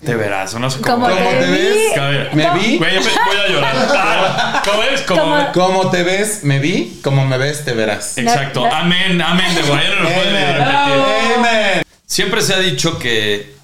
[SPEAKER 2] Te verás, o no sé
[SPEAKER 5] Como
[SPEAKER 2] cómo.
[SPEAKER 5] te Como te vi. ves,
[SPEAKER 2] A ver,
[SPEAKER 3] me vi.
[SPEAKER 2] Güey, yo me- voy a llorar. Ah, ¿Cómo es? Como,
[SPEAKER 5] Como-
[SPEAKER 2] me-
[SPEAKER 3] Como te ves, me vi, como me ves, te verás.
[SPEAKER 2] Exacto,
[SPEAKER 5] No, no.
[SPEAKER 2] amén, amén de Guayana. no lo puedo ni
[SPEAKER 3] Amen.
[SPEAKER 2] repetir.
[SPEAKER 3] Amen.
[SPEAKER 2] Siempre se ha dicho que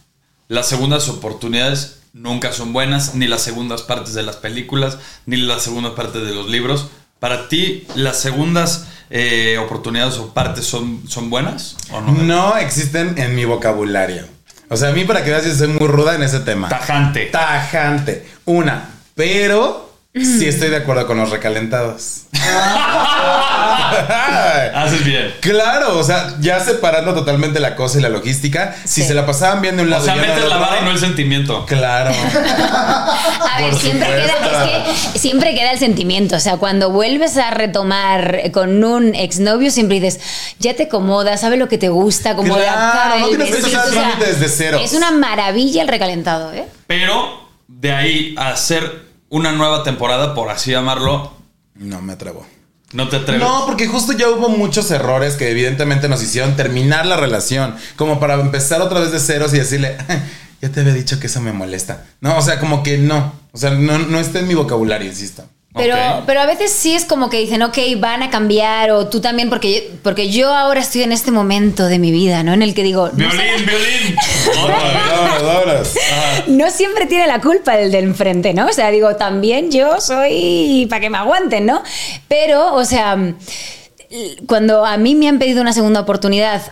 [SPEAKER 2] las segundas oportunidades nunca son buenas, ni las segundas partes de las películas, ni las segundas partes de los libros. Para ti, las segundas eh, oportunidades o partes son, son buenas o no?
[SPEAKER 3] No existen en mi vocabulario. O sea, a mí para que veas, yo soy muy ruda en ese tema.
[SPEAKER 2] Tajante.
[SPEAKER 3] Tajante. Una. Pero sí estoy de acuerdo con los recalentados.
[SPEAKER 2] Haces bien.
[SPEAKER 3] Claro, o sea, ya separando totalmente la cosa y la logística, si
[SPEAKER 5] Sí.
[SPEAKER 3] se la pasaban bien de un
[SPEAKER 2] O
[SPEAKER 3] lado
[SPEAKER 2] sea,
[SPEAKER 3] y ya
[SPEAKER 2] metes
[SPEAKER 3] del
[SPEAKER 2] la
[SPEAKER 3] otro,
[SPEAKER 2] vara y no el sentimiento.
[SPEAKER 3] Claro.
[SPEAKER 5] A ver,
[SPEAKER 3] Por
[SPEAKER 5] siempre
[SPEAKER 3] supuesto.
[SPEAKER 5] queda, es que siempre queda el sentimiento. O sea, cuando vuelves a retomar con un exnovio, siempre dices, ya te acomodas, sabes lo que te gusta, como
[SPEAKER 3] Claro,
[SPEAKER 5] la cara,
[SPEAKER 3] no
[SPEAKER 5] el
[SPEAKER 3] tienes que
[SPEAKER 5] vestido,
[SPEAKER 3] empezar
[SPEAKER 5] o sea,
[SPEAKER 3] trámites de cero.
[SPEAKER 5] Es una maravilla el recalentado, ¿eh?
[SPEAKER 2] Pero de ahí a hacer una nueva temporada, por así llamarlo,
[SPEAKER 3] No me atrevo.
[SPEAKER 2] no te atreves.
[SPEAKER 3] No, porque justo ya hubo muchos errores que evidentemente nos hicieron terminar la relación, como para empezar otra vez de ceros y decirle, ya te había dicho que eso me molesta. No, o sea, como que no, o sea, no, no está en mi vocabulario, insisto.
[SPEAKER 5] Pero,
[SPEAKER 2] Ok.
[SPEAKER 5] pero a veces sí es como que dicen, ok, van a cambiar o tú también, porque, porque yo ahora estoy en este momento de mi vida, ¿no? En el que digo, no,
[SPEAKER 2] Violín, violín. Otra vez.
[SPEAKER 3] Vámonos, vámonos.
[SPEAKER 5] no siempre tiene la culpa el del enfrente, ¿no? O sea, digo, también yo soy para que me aguanten, ¿no? Pero, o sea, cuando a mí me han pedido una segunda oportunidad,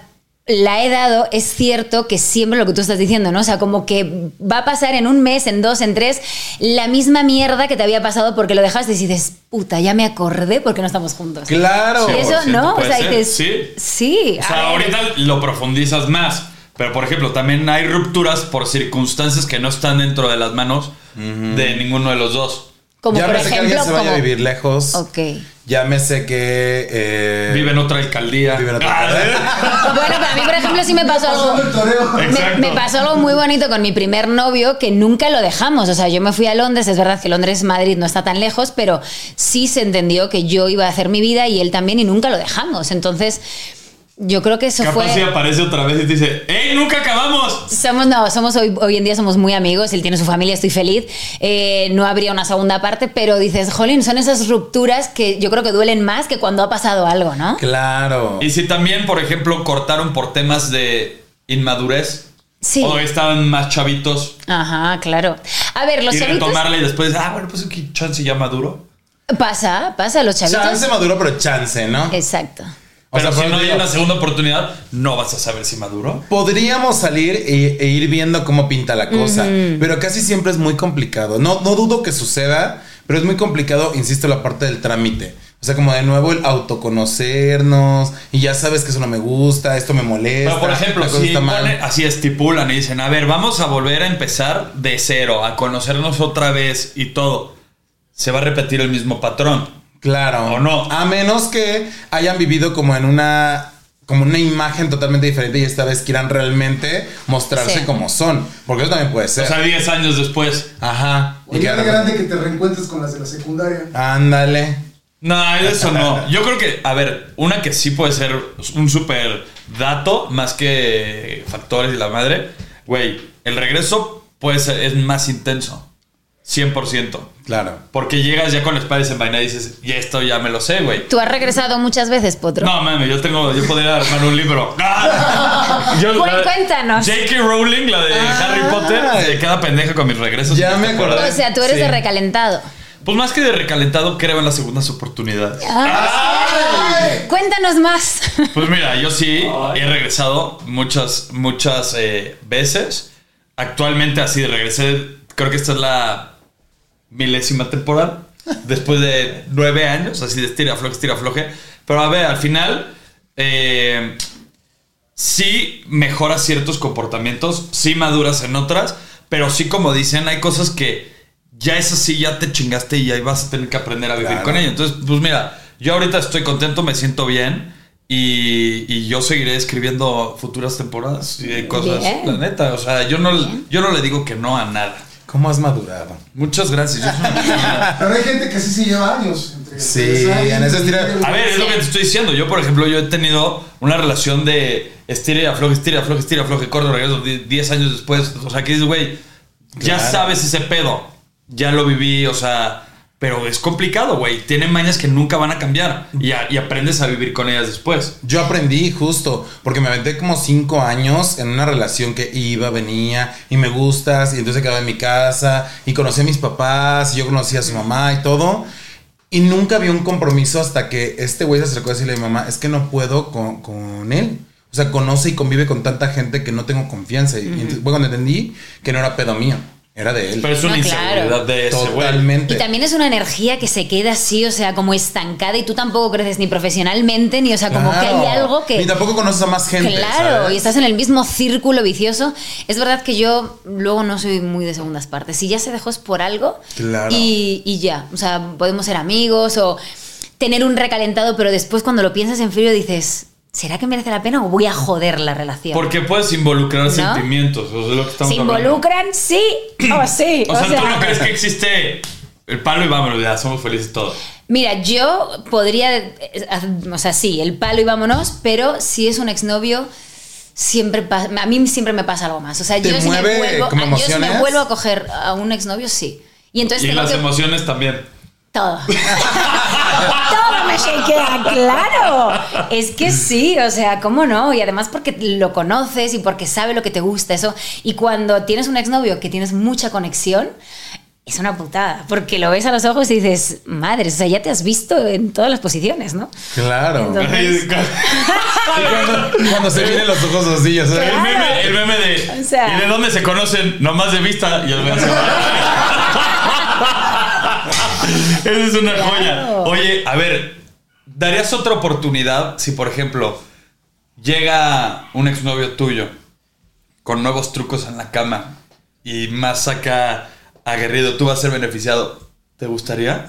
[SPEAKER 5] la he dado, es cierto que siempre lo que tú estás diciendo, ¿no? O sea, como que va a pasar en un mes, en dos, en tres, la misma mierda que te había pasado porque lo dejaste y dices, puta, ya me acordé porque no estamos juntos.
[SPEAKER 3] Claro.
[SPEAKER 2] Sí,
[SPEAKER 5] Eso,
[SPEAKER 2] 100%
[SPEAKER 5] ¿no? O
[SPEAKER 2] puede
[SPEAKER 5] sea,
[SPEAKER 2] ser,
[SPEAKER 5] dices,
[SPEAKER 2] sí.
[SPEAKER 5] sí.
[SPEAKER 2] O
[SPEAKER 5] a ver.
[SPEAKER 2] sea, ahorita lo profundizas más. Pero, por ejemplo, también hay rupturas por circunstancias que no están dentro de las manos de ninguno de los dos.
[SPEAKER 5] Como
[SPEAKER 3] ya
[SPEAKER 5] por
[SPEAKER 3] me sé que alguien
[SPEAKER 5] ejemplo,
[SPEAKER 3] se vaya a
[SPEAKER 5] como-
[SPEAKER 3] vivir lejos.
[SPEAKER 5] Ok.
[SPEAKER 3] Ya me sé que... eh,
[SPEAKER 2] Vive en otra alcaldía.
[SPEAKER 3] vive en otra
[SPEAKER 2] Ah,
[SPEAKER 5] Bueno, para mí, por ejemplo, sí me pasó
[SPEAKER 4] Pasando el
[SPEAKER 5] algo.
[SPEAKER 4] toreo.
[SPEAKER 2] Eh.
[SPEAKER 5] Me,
[SPEAKER 2] Exacto.
[SPEAKER 5] me pasó algo muy bonito con mi primer novio que nunca lo dejamos. O sea, yo me fui a Londres, es verdad que Londres, Madrid no está tan lejos, pero sí se entendió que yo iba a hacer mi vida y él también y nunca lo dejamos. Entonces, yo creo que eso
[SPEAKER 2] Capaz
[SPEAKER 5] fue...
[SPEAKER 2] si aparece otra vez y te dice, ¡Ey, nunca acabamos!
[SPEAKER 5] Somos, no, somos hoy, hoy en día somos muy amigos, él tiene su familia, estoy feliz. Eh, no habría una segunda parte, pero dices, jolín, son esas rupturas que yo creo que duelen más que cuando ha pasado algo, ¿no?
[SPEAKER 3] Claro.
[SPEAKER 2] Y si también, por ejemplo, cortaron por temas de inmadurez.
[SPEAKER 5] Sí.
[SPEAKER 2] O estaban más chavitos.
[SPEAKER 5] Ajá, claro. A ver, los
[SPEAKER 2] y
[SPEAKER 5] chavitos.
[SPEAKER 2] retomarla y después, ah, bueno, pues aquí chance ya maduro.
[SPEAKER 5] Pasa, pasa, los chavitos.
[SPEAKER 3] Chance maduro, pero chance, ¿no?
[SPEAKER 5] Eh, Exacto.
[SPEAKER 3] O
[SPEAKER 2] Pero
[SPEAKER 3] sea, por
[SPEAKER 2] si no hay
[SPEAKER 3] ejemplo,
[SPEAKER 2] una segunda oportunidad, no vas a saber si maduro.
[SPEAKER 3] Podríamos salir e, e ir viendo cómo pinta la cosa, pero casi siempre es muy complicado. No, no dudo que suceda, pero es muy complicado, insisto, la parte del trámite. O sea, como de nuevo el autoconocernos y ya sabes que eso no me gusta, esto me molesta.
[SPEAKER 2] Pero por ejemplo,
[SPEAKER 3] la cosa
[SPEAKER 2] si
[SPEAKER 3] está mal.
[SPEAKER 2] pone- así estipulan y dicen, a ver, vamos a volver a empezar de cero, a conocernos otra vez y todo. se va a repetir el mismo patrón.
[SPEAKER 3] Claro.
[SPEAKER 2] ¿O no?
[SPEAKER 3] A menos que hayan vivido como en una como una imagen totalmente diferente y esta vez quieran realmente mostrarse
[SPEAKER 5] Sí.
[SPEAKER 3] como son. Porque eso también puede ser.
[SPEAKER 2] O sea, 10 años después.
[SPEAKER 3] Ajá. Y
[SPEAKER 4] Oye,
[SPEAKER 3] que
[SPEAKER 4] qué
[SPEAKER 3] de
[SPEAKER 4] grande que te reencuentres con las de la secundaria.
[SPEAKER 3] Ándale.
[SPEAKER 2] No, eso no. Yo creo que, a ver, una que sí puede ser un súper dato, más que factores y la madre, güey, el regreso puede ser, es más intenso. 100%.
[SPEAKER 3] Claro.
[SPEAKER 2] Porque llegas ya con la espalda desenvainada y dices, ya esto ya me lo sé, güey.
[SPEAKER 5] Tú has regresado muchas veces, Potro.
[SPEAKER 2] No, mami, yo tengo, yo podría armar un libro. Yo-
[SPEAKER 5] Cu-
[SPEAKER 2] la-
[SPEAKER 5] cuéntanos.
[SPEAKER 2] J.K. Rowling, la de Harry Potter, de cada pendeja con mis regresos.
[SPEAKER 3] Ya
[SPEAKER 2] y mis
[SPEAKER 3] me acordé.
[SPEAKER 5] O
[SPEAKER 2] temporadas.
[SPEAKER 5] sea, tú eres
[SPEAKER 3] Sí.
[SPEAKER 5] de recalentado.
[SPEAKER 2] Pues más que de recalentado, creo en las segundas oportunidades.
[SPEAKER 3] Ah,
[SPEAKER 5] Ah, Cuéntanos más.
[SPEAKER 2] Pues mira, yo sí he regresado muchas, muchas eh, veces. Actualmente así regresé, creo que esta es la milésima temporada. Después de nueve años, así de estira, floje, estira, floje. Pero a ver, al final, eh, sí mejoras ciertos comportamientos, sí maduras en otras, pero sí como dicen, hay cosas que ya es así, ya te chingaste y ahí vas a tener que aprender a vivir
[SPEAKER 3] Claro.
[SPEAKER 2] con ello. Entonces, pues mira, yo ahorita estoy contento, me siento bien y, y yo seguiré escribiendo futuras temporadas y de cosas,
[SPEAKER 5] Bien.
[SPEAKER 2] la neta. O sea, yo no, yo no le digo que no a nada.
[SPEAKER 3] ¿Cómo has madurado?
[SPEAKER 2] Muchas gracias. yo soy una persona-
[SPEAKER 4] Pero hay gente que sí se lleva años. Entre
[SPEAKER 3] Sí,
[SPEAKER 4] regresar y-
[SPEAKER 3] en ese estilo-
[SPEAKER 2] A ver, es lo que te estoy diciendo. Yo, por ejemplo, yo he tenido una relación de estira y afloje, estira y afloje, estira y afloje, corto, regreso 10 años después. O sea, que dices, güey, ya
[SPEAKER 3] Claro.
[SPEAKER 2] sabes ese pedo. Ya lo viví, o sea... Pero es complicado, güey. Tienen mañas que nunca van a cambiar. Y, a- y aprendes a vivir con ellas después.
[SPEAKER 3] Yo aprendí justo, porque me aventé como cinco años en una relación que iba, venía, y me gustas, y entonces quedaba en mi casa, y conocí a mis papás, y yo conocí a su mamá y todo. Y nunca vi un compromiso hasta que este güey se acercó a decirle a mi mamá, es que no puedo con, con él. O sea, conoce y convive con tanta gente que no tengo confianza. Y- Y entonces fue cuando entendí que no era pedo mío, era de él.
[SPEAKER 2] Pero es una
[SPEAKER 5] No, claro.
[SPEAKER 2] inseguridad de ese, güey.
[SPEAKER 3] Totalmente.
[SPEAKER 5] Y también es una energía que se queda así, o sea, como estancada y tú tampoco creces ni profesionalmente, ni, o sea, como
[SPEAKER 3] Claro.
[SPEAKER 5] que hay algo que...
[SPEAKER 3] Y tampoco conoces a más gente.
[SPEAKER 5] Claro,
[SPEAKER 3] ¿sabes?
[SPEAKER 5] y estás en el mismo círculo vicioso. Es verdad que yo luego no soy muy de segundas partes. Si ya se dejó es por algo
[SPEAKER 3] Claro.
[SPEAKER 5] y, y ya. O sea, podemos ser amigos o tener un recalentado, pero después cuando lo piensas en frío dices, ¿será que merece la pena o voy a joder la relación?
[SPEAKER 2] Porque puedes involucrar
[SPEAKER 5] ¿No?
[SPEAKER 2] sentimientos. O sea, es lo que estamos
[SPEAKER 5] ¿Se
[SPEAKER 2] hablando.
[SPEAKER 5] involucran? Sí o sí.
[SPEAKER 2] O sea, tú no crees que existe el palo y vámonos, ya somos felices todos.
[SPEAKER 5] Mira, yo podría, eh, o sea, sí, el palo y vámonos, pero si es un exnovio, siempre pa- a mí siempre me pasa algo más. O sea,
[SPEAKER 3] ¿Te
[SPEAKER 5] yo,
[SPEAKER 3] mueve
[SPEAKER 5] si me vuelvo,
[SPEAKER 3] como
[SPEAKER 5] a- yo si me
[SPEAKER 3] emociones?
[SPEAKER 5] vuelvo a coger a un exnovio, sí. Y entonces
[SPEAKER 2] y
[SPEAKER 5] tengo
[SPEAKER 2] las
[SPEAKER 5] que-
[SPEAKER 2] emociones también.
[SPEAKER 5] todo. todo me shakea, claro. Es que sí, o sea, ¿cómo no? Y además porque lo conoces y porque sabe lo que te gusta, eso. Y cuando tienes un exnovio que tienes mucha conexión, es una putada, porque lo ves a los ojos y dices, madre, o sea, ya te has visto en todas las posiciones, ¿no?
[SPEAKER 3] Claro.
[SPEAKER 5] Entonces-
[SPEAKER 3] Y cuando, cuando se vienen los ojos así, ya sabes.
[SPEAKER 2] El meme, el meme de.
[SPEAKER 5] Ah. O sea.
[SPEAKER 2] ¿Y de dónde se conocen? Nomás de vista y el brazo. Esa es una
[SPEAKER 5] Claro.
[SPEAKER 2] joya. Oye, a ver, ¿darías otra oportunidad si, por ejemplo, llega un exnovio tuyo con nuevos trucos en la cama y más saca aguerrido, tú vas a ser beneficiado? ¿Te gustaría?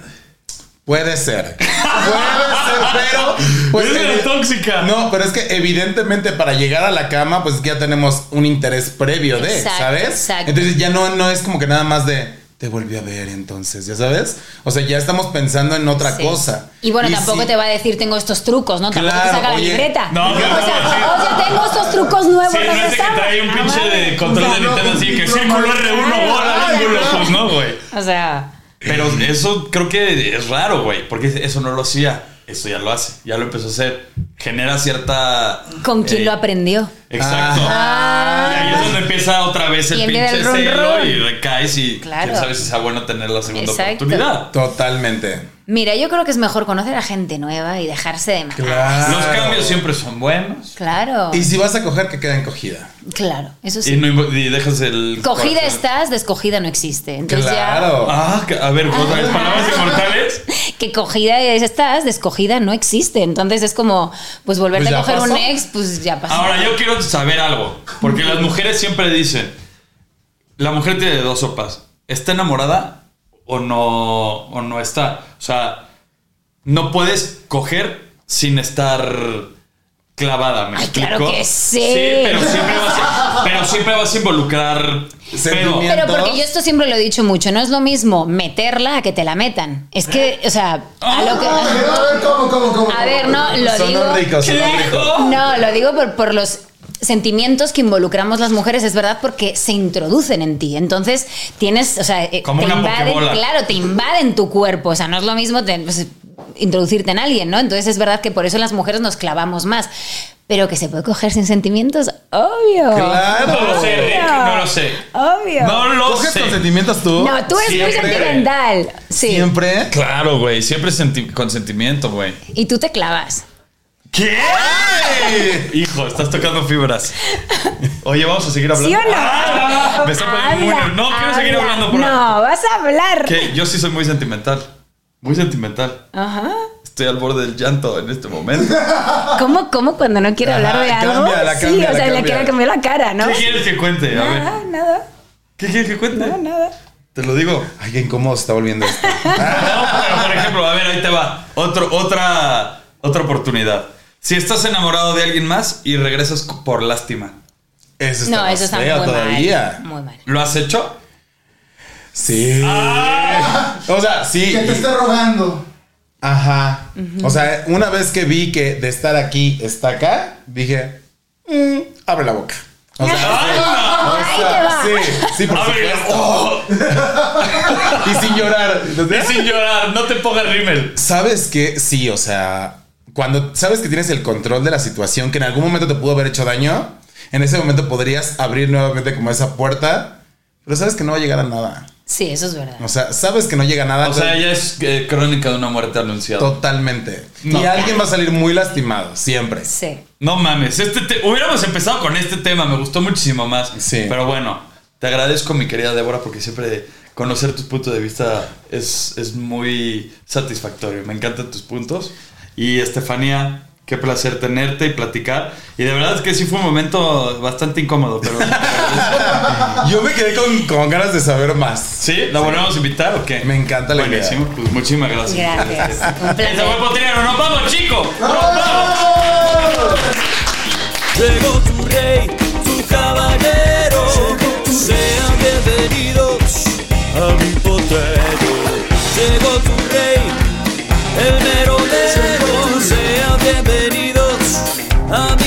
[SPEAKER 3] Puede ser. Puede ser, pero. pues,
[SPEAKER 2] Eres la
[SPEAKER 3] evi-
[SPEAKER 2] tóxica.
[SPEAKER 3] No, pero es que evidentemente para llegar a la cama, pues ya tenemos un interés previo de,
[SPEAKER 5] Exacto,
[SPEAKER 3] ¿sabes?
[SPEAKER 5] exacto.
[SPEAKER 3] Entonces ya no, no es como que nada más de. Te volví a ver entonces, ¿ya sabes? O sea, ya estamos pensando en otra
[SPEAKER 5] Sí.
[SPEAKER 3] cosa.
[SPEAKER 5] Y bueno, tampoco
[SPEAKER 3] sí-
[SPEAKER 5] te va a decir tengo estos trucos, ¿no? tampoco
[SPEAKER 3] Claro,
[SPEAKER 5] te saca la
[SPEAKER 3] oye,
[SPEAKER 5] libreta.
[SPEAKER 2] no,
[SPEAKER 5] o,
[SPEAKER 2] claro,
[SPEAKER 5] sea,
[SPEAKER 2] sí.
[SPEAKER 5] oye, tengo estos trucos nuevos.
[SPEAKER 2] Sí, no es de que
[SPEAKER 5] regresamos.
[SPEAKER 2] trae un
[SPEAKER 5] Ah,
[SPEAKER 2] pinche de
[SPEAKER 5] vale.
[SPEAKER 2] control de
[SPEAKER 4] Claro,
[SPEAKER 2] Nintendo así que
[SPEAKER 4] claro,
[SPEAKER 2] círculo R1,
[SPEAKER 5] claro,
[SPEAKER 2] bola,
[SPEAKER 5] claro.
[SPEAKER 2] ángulo, pues no, güey.
[SPEAKER 5] O sea...
[SPEAKER 2] Pero eso creo que es raro, güey, porque eso no lo hacía. Eso ya lo hace, ya lo empezó a hacer. Genera cierta.
[SPEAKER 5] con quien
[SPEAKER 2] eh,
[SPEAKER 5] lo aprendió.
[SPEAKER 2] Exacto. Y ahí es donde empieza otra vez el
[SPEAKER 5] Y en vez
[SPEAKER 2] pinche
[SPEAKER 5] del run,
[SPEAKER 2] celo
[SPEAKER 5] run.
[SPEAKER 2] y recaes y
[SPEAKER 5] Claro.
[SPEAKER 2] quién sabe si sea bueno tener la segunda
[SPEAKER 5] Exacto.
[SPEAKER 2] oportunidad.
[SPEAKER 3] Totalmente.
[SPEAKER 5] Mira, yo creo que es mejor conocer a gente nueva y dejarse de matar.
[SPEAKER 3] Claro.
[SPEAKER 2] Los cambios siempre son buenos.
[SPEAKER 5] Claro,
[SPEAKER 3] Y si vas a coger, que queda encogida.
[SPEAKER 5] claro, eso
[SPEAKER 2] Y,
[SPEAKER 5] sí.
[SPEAKER 2] no, invo- y dejas el.
[SPEAKER 5] Cogida
[SPEAKER 2] corazón.
[SPEAKER 5] estás, descogida no existe. Entonces
[SPEAKER 3] Claro.
[SPEAKER 2] Ah, que- a ver, otra vez, palabras inmortales.
[SPEAKER 5] ya que cogida es- estás, descogida no existe. Entonces es como, pues volverte
[SPEAKER 3] Pues ya
[SPEAKER 5] a coger un
[SPEAKER 3] pasó.
[SPEAKER 5] ex, pues ya pasó.
[SPEAKER 2] Ahora, yo quiero saber algo. Porque las mujeres siempre dicen: La mujer tiene de dos sopas. Está enamorada o o no, o no estar. O sea, no puedes coger sin estar clavada, ¿me
[SPEAKER 5] Ay,
[SPEAKER 2] explico?
[SPEAKER 5] claro que sí.
[SPEAKER 2] pero siempre vas a, pero siempre vas a involucrar pedo.
[SPEAKER 3] Sentimiento.
[SPEAKER 5] Pero
[SPEAKER 3] ¿Entonces?
[SPEAKER 5] porque yo esto siempre lo he dicho mucho, no es lo mismo meterla a que te la metan. Es que, o sea, a lo que...
[SPEAKER 4] A ver, a ver, ¿cómo, cómo, cómo?
[SPEAKER 5] A ver, no, lo
[SPEAKER 3] Sonó
[SPEAKER 5] digo.
[SPEAKER 3] rico, sonó
[SPEAKER 5] ¿Qué?
[SPEAKER 3] rico.
[SPEAKER 5] No, lo digo por, por los sentimientos que involucramos las mujeres, es verdad, porque se introducen en ti. Entonces, tienes, o sea, eh,
[SPEAKER 2] Como
[SPEAKER 5] te
[SPEAKER 2] una
[SPEAKER 5] invaden,
[SPEAKER 2] pokebola.
[SPEAKER 5] claro, te invaden tu cuerpo. O sea, no es lo mismo te- pues, introducirte en alguien, ¿no? Entonces es verdad que por eso las mujeres nos clavamos más. Pero que se puede coger sin sentimientos, obvio.
[SPEAKER 3] Claro.
[SPEAKER 2] No lo sé, Rick, no lo sé.
[SPEAKER 5] Obvio.
[SPEAKER 2] No lo
[SPEAKER 3] ¿Coges
[SPEAKER 2] sé.
[SPEAKER 3] con sentimientos tú?
[SPEAKER 5] No, tú eres muy
[SPEAKER 2] Siempre.
[SPEAKER 5] sentimental. Sí.
[SPEAKER 3] Siempre.
[SPEAKER 2] Claro, güey. Siempre senti- con sentimiento, güey.
[SPEAKER 5] Y tú te clavas.
[SPEAKER 2] ¿Qué? Hijo, estás tocando fibras. Oye, vamos a seguir hablando.
[SPEAKER 5] ¿Sí o no?
[SPEAKER 2] Ah, me está poniendo muy
[SPEAKER 5] Habla,
[SPEAKER 2] nervioso. No, quiero seguir
[SPEAKER 5] habla.
[SPEAKER 2] hablando. Por
[SPEAKER 5] No, vas a hablar.
[SPEAKER 2] Que yo sí soy muy sentimental. Muy sentimental.
[SPEAKER 5] Ajá.
[SPEAKER 2] Estoy al borde del llanto en este momento.
[SPEAKER 5] ¿Cómo, cómo cuando no quiero hablar de
[SPEAKER 3] Ajá,
[SPEAKER 5] algo?
[SPEAKER 3] cámbiala,
[SPEAKER 5] sí,
[SPEAKER 3] cámbiala,
[SPEAKER 5] o sea, le
[SPEAKER 3] cámbiala.
[SPEAKER 5] quiero cambiar la cara, ¿no?
[SPEAKER 2] ¿Qué quieres que cuente? A ver.
[SPEAKER 5] Nada, nada,
[SPEAKER 2] ¿Qué quieres que cuente?
[SPEAKER 5] no, nada.
[SPEAKER 2] Te lo digo.
[SPEAKER 3] Ay, qué incómodo se está volviendo esto.
[SPEAKER 2] No, pero por ejemplo, a ver, ahí te va. Otro, otra, otra oportunidad. Si estás enamorado de alguien más y regresas cu- por lástima,
[SPEAKER 3] Eso está
[SPEAKER 5] No,
[SPEAKER 3] más
[SPEAKER 5] eso está muy
[SPEAKER 3] feo todavía.
[SPEAKER 5] mal. Muy mal.
[SPEAKER 2] ¿lo has hecho?
[SPEAKER 3] Sí. O sea, sí.
[SPEAKER 4] Ah. Que te está rogando.
[SPEAKER 3] Ajá. O sea, una vez que vi que de estar aquí está acá, dije, "Mm, abre la boca. O sea,
[SPEAKER 2] Ah,
[SPEAKER 5] Ahí
[SPEAKER 3] o
[SPEAKER 5] te
[SPEAKER 3] sea,
[SPEAKER 5] va.
[SPEAKER 3] sí, sí, por
[SPEAKER 2] Ábrelo.
[SPEAKER 3] supuesto. Y sin llorar. Entonces,
[SPEAKER 2] Sin llorar, no te pongas rímel.
[SPEAKER 3] ¿Sabes qué? Sí, o sea, cuando sabes que tienes el control de la situación, que en algún momento te pudo haber hecho daño, en ese momento podrías abrir nuevamente como esa puerta, pero sabes que no va a llegar a nada.
[SPEAKER 5] Sí, eso es verdad.
[SPEAKER 3] O sea, sabes que no llega a nada.
[SPEAKER 2] O sea, ya es eh, crónica de una muerte anunciada.
[SPEAKER 3] Totalmente.
[SPEAKER 2] No.
[SPEAKER 3] Y alguien va a salir muy lastimado, siempre.
[SPEAKER 5] Sí.
[SPEAKER 2] No mames, este te- hubiéramos empezado con este tema, me gustó muchísimo más.
[SPEAKER 3] Sí.
[SPEAKER 2] Pero bueno, te agradezco, mi querida Débora, porque siempre conocer tus puntos de vista es, es muy satisfactorio. Me encantan tus puntos. Y Estefanía, qué placer tenerte y platicar. Y de verdad es que sí fue un momento bastante incómodo, pero.
[SPEAKER 3] Yo me quedé con, con ganas de saber más.
[SPEAKER 2] Ah. ¿Sí? ¿La volvemos a invitar o qué?
[SPEAKER 3] Me encanta la idea.
[SPEAKER 2] Buenísimo, pues muchísimas gracias.
[SPEAKER 5] Gracias. Un placer.
[SPEAKER 2] Eso fue Potrero, ¡Nos vamos, chicos! ¡Nos vamos!
[SPEAKER 7] Llegó tu rey, tu caballero. Sean bienvenidos a mi potrero. Llegó tu rey, el mero mero. Sean bienvenidos a mi